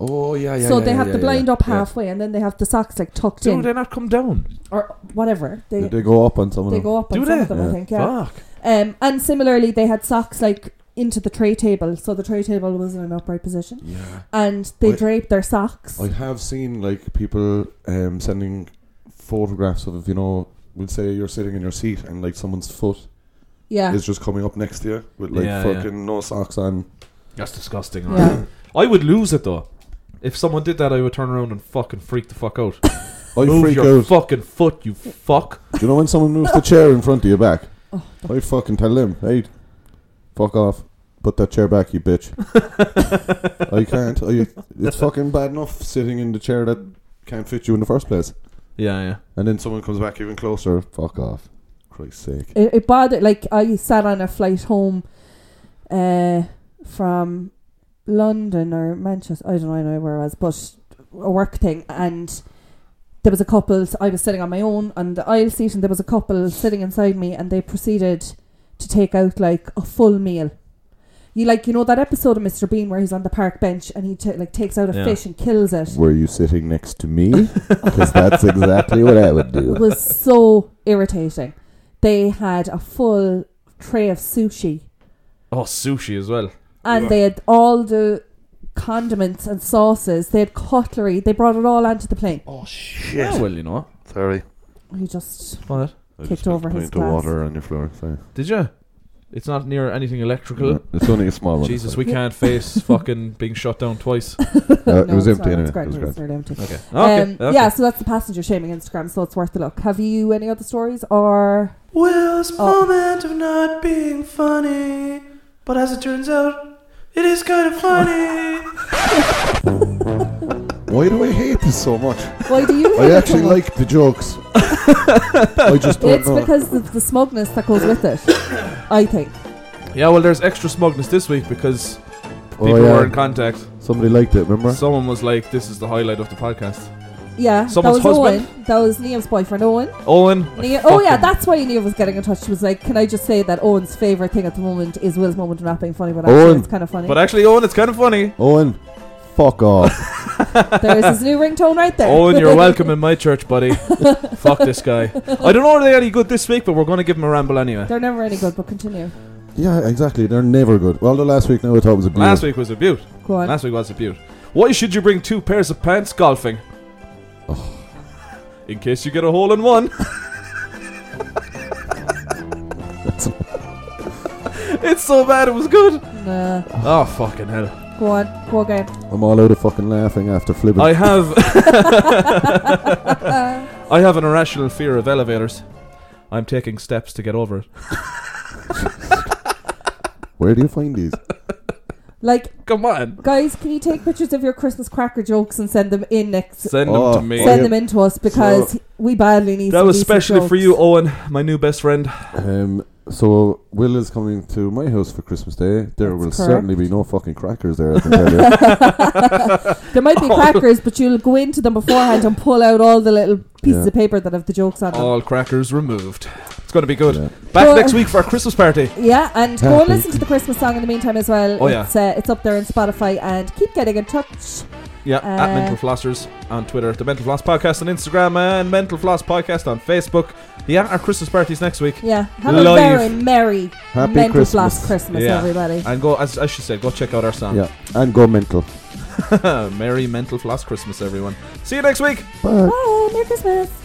Speaker 3: Oh yeah, yeah.
Speaker 1: so
Speaker 3: yeah,
Speaker 1: they
Speaker 3: yeah,
Speaker 1: have
Speaker 3: yeah,
Speaker 1: the blind
Speaker 3: yeah,
Speaker 1: up
Speaker 3: yeah.
Speaker 1: halfway, and then they have the socks like tucked
Speaker 2: Do
Speaker 1: in
Speaker 2: they not come down?
Speaker 1: or whatever. They
Speaker 3: They, go up on some of
Speaker 1: they
Speaker 3: them.
Speaker 1: go up on
Speaker 2: Do
Speaker 1: some
Speaker 2: they?
Speaker 1: of them, I
Speaker 3: Yeah.
Speaker 1: think. Yeah.
Speaker 2: Fuck.
Speaker 1: Um, and similarly, they had socks like into the tray table, so the tray table was in an upright position,
Speaker 3: Yeah,
Speaker 1: and they
Speaker 3: I-
Speaker 1: draped their socks.
Speaker 3: I have seen like people um, sending photographs of you know, we'll say you're sitting in your seat and like someone's foot
Speaker 1: yeah,
Speaker 3: is just coming up next to you with like
Speaker 2: Yeah, yeah.
Speaker 3: fucking no socks on.
Speaker 2: That's disgusting.
Speaker 1: Yeah.
Speaker 2: right? I would lose it though. If someone did that, I would turn around and fucking freak the fuck out.
Speaker 3: I
Speaker 2: Move
Speaker 3: freak
Speaker 2: your
Speaker 3: out.
Speaker 2: fucking foot, you fuck.
Speaker 3: Do you know when someone moves the chair in front of your back?
Speaker 1: Oh,
Speaker 3: I fucking tell them, hey, fuck off. Put that chair back, you bitch. I can't. I, it's fucking bad enough sitting in the chair that can't fit you in the first place.
Speaker 2: Yeah, yeah.
Speaker 3: And then someone comes back even closer. Fuck off. Christ's sake.
Speaker 1: it, it bothered. Like I sat on a flight home, uh, from London or Manchester. I don't know, I don't know where I was, but a work thing, and there was a couple. I was sitting on my own on the aisle seat, and there was a couple sitting inside me, and they proceeded to take out like a full meal. You like you know that episode of Mr Bean where he's on the park bench and he ta like takes out a
Speaker 2: Yeah.
Speaker 1: fish and kills it.
Speaker 3: Were you sitting next to me? Because that's exactly what I would do.
Speaker 1: was so irritating. They had a full tray of sushi
Speaker 2: Oh, sushi as well.
Speaker 1: and they had all the condiments and sauces. They had cutlery. They brought it all onto the plane.
Speaker 6: Oh
Speaker 2: Yeah,
Speaker 6: shit!
Speaker 2: Ah, well, you know
Speaker 6: Sorry.
Speaker 1: He just
Speaker 2: what?
Speaker 3: I just
Speaker 1: Kicked
Speaker 3: spilled
Speaker 1: over
Speaker 3: a
Speaker 1: his
Speaker 3: pint of
Speaker 1: glass.
Speaker 3: water on your floor. Sorry.
Speaker 2: Did you? It's not near anything electrical.
Speaker 3: No, it's only a small one.
Speaker 2: Jesus,
Speaker 3: sorry.
Speaker 2: we can't face fucking being shut down twice.
Speaker 3: Uh, it was
Speaker 1: it's
Speaker 3: empty
Speaker 1: not-
Speaker 3: anyway.
Speaker 1: it's
Speaker 3: It
Speaker 1: grand,
Speaker 3: was
Speaker 1: it's
Speaker 3: grand.
Speaker 1: not empty.
Speaker 2: Okay. Okay.
Speaker 1: Um,
Speaker 2: okay.
Speaker 1: Yeah, so that's the passenger shaming Instagram, so it's worth a look. Have you any other stories or
Speaker 7: Will's
Speaker 1: Oh.
Speaker 7: moment of not being funny, but as it turns out, it is kind of funny.
Speaker 3: Why do I hate this so much?
Speaker 1: why do you?
Speaker 3: I
Speaker 1: hate it so
Speaker 3: actually
Speaker 1: much?
Speaker 3: like the jokes. I just don't
Speaker 1: It's
Speaker 3: know.
Speaker 1: because of the smugness that goes with it. I think.
Speaker 2: Yeah, well, there's extra smugness this week because
Speaker 3: Oh,
Speaker 2: people
Speaker 3: yeah.
Speaker 2: were in contact.
Speaker 3: Somebody liked it, remember?
Speaker 2: Someone was like, "This is the highlight of the podcast."
Speaker 1: Yeah,
Speaker 2: Someone's
Speaker 1: that was
Speaker 2: husband?
Speaker 1: Owen. That was Liam's boyfriend, Owen.
Speaker 2: Owen. I
Speaker 1: Nia- oh yeah,
Speaker 2: fucking-
Speaker 1: that's why Nia was getting in touch. She was like, "Can I just say that Owen's favorite thing at the moment is Will's moment of not being funny, but
Speaker 3: Owen.
Speaker 1: actually it's kind of funny."
Speaker 2: But actually, Owen, it's kind of funny.
Speaker 3: Owen, fuck off.
Speaker 1: there is his new ringtone right there.
Speaker 2: Owen, you're welcome in my church, buddy. Fuck this guy. I don't know if they're any good this week, but we're going to give him a ramble anyway.
Speaker 1: They're never any good, but continue.
Speaker 3: yeah, exactly. They're never good. Well, the last week now I thought it was a beaut.
Speaker 2: Last week was a beaut.
Speaker 1: Go on.
Speaker 2: Last week was a beaut. Why should you bring two pairs of pants golfing?
Speaker 3: Oh.
Speaker 2: In case you get a hole in one. it's so bad, it was good.
Speaker 1: Nah.
Speaker 2: Oh, fucking hell.
Speaker 1: uh, Go on. Go again.
Speaker 3: I'm all out of fucking laughing after flipping.
Speaker 2: I have. I have an irrational fear of elevators. I'm taking steps to get over it.
Speaker 3: Where do you find these?
Speaker 1: Like,
Speaker 2: Come on.
Speaker 1: guys, can you take pictures of your Christmas cracker jokes and send them in next?
Speaker 2: Send
Speaker 3: Oh,
Speaker 2: them to me.
Speaker 3: fuck.
Speaker 1: Send them in to us because we badly need.
Speaker 2: That
Speaker 1: some
Speaker 2: was
Speaker 1: decent
Speaker 2: specially for
Speaker 1: jokes.
Speaker 2: you, Owen, my new best friend.
Speaker 3: Um, so Will is coming to my house for Christmas Day. There
Speaker 1: That's
Speaker 3: will
Speaker 1: correct.
Speaker 3: certainly be no fucking crackers there. I can tell you.
Speaker 1: There might be
Speaker 2: Oh.
Speaker 1: crackers, but you'll go into them beforehand and pull out all the little pieces
Speaker 3: Yeah.
Speaker 1: of paper that have the jokes on them.
Speaker 2: All crackers removed. It's going to be good.
Speaker 3: Yeah.
Speaker 2: Back
Speaker 1: Well-
Speaker 2: next week for our Christmas party.
Speaker 1: Yeah, and go and
Speaker 3: Happy.
Speaker 1: listen to the Christmas song in the meantime as well.
Speaker 2: Oh, yeah.
Speaker 1: it's, uh, it's up there on Spotify and keep getting in touch.
Speaker 2: Yeah, at
Speaker 1: Uh,
Speaker 2: Mental Flossers on Twitter, the Mental Floss Podcast on Instagram, and Mental Floss Podcast on Facebook. Yeah, our Christmas party's next week.
Speaker 1: Yeah, have
Speaker 2: Live.
Speaker 1: a very merry
Speaker 3: Happy
Speaker 1: mental
Speaker 3: Christmas.
Speaker 1: floss Christmas,
Speaker 2: Yeah.
Speaker 1: everybody.
Speaker 2: And go, as, as she said, go check out our song.
Speaker 3: Yeah, and go mental.
Speaker 2: Merry Mental Floss Christmas, everyone. See you next week.
Speaker 3: Bye.
Speaker 1: Bye, merry Christmas.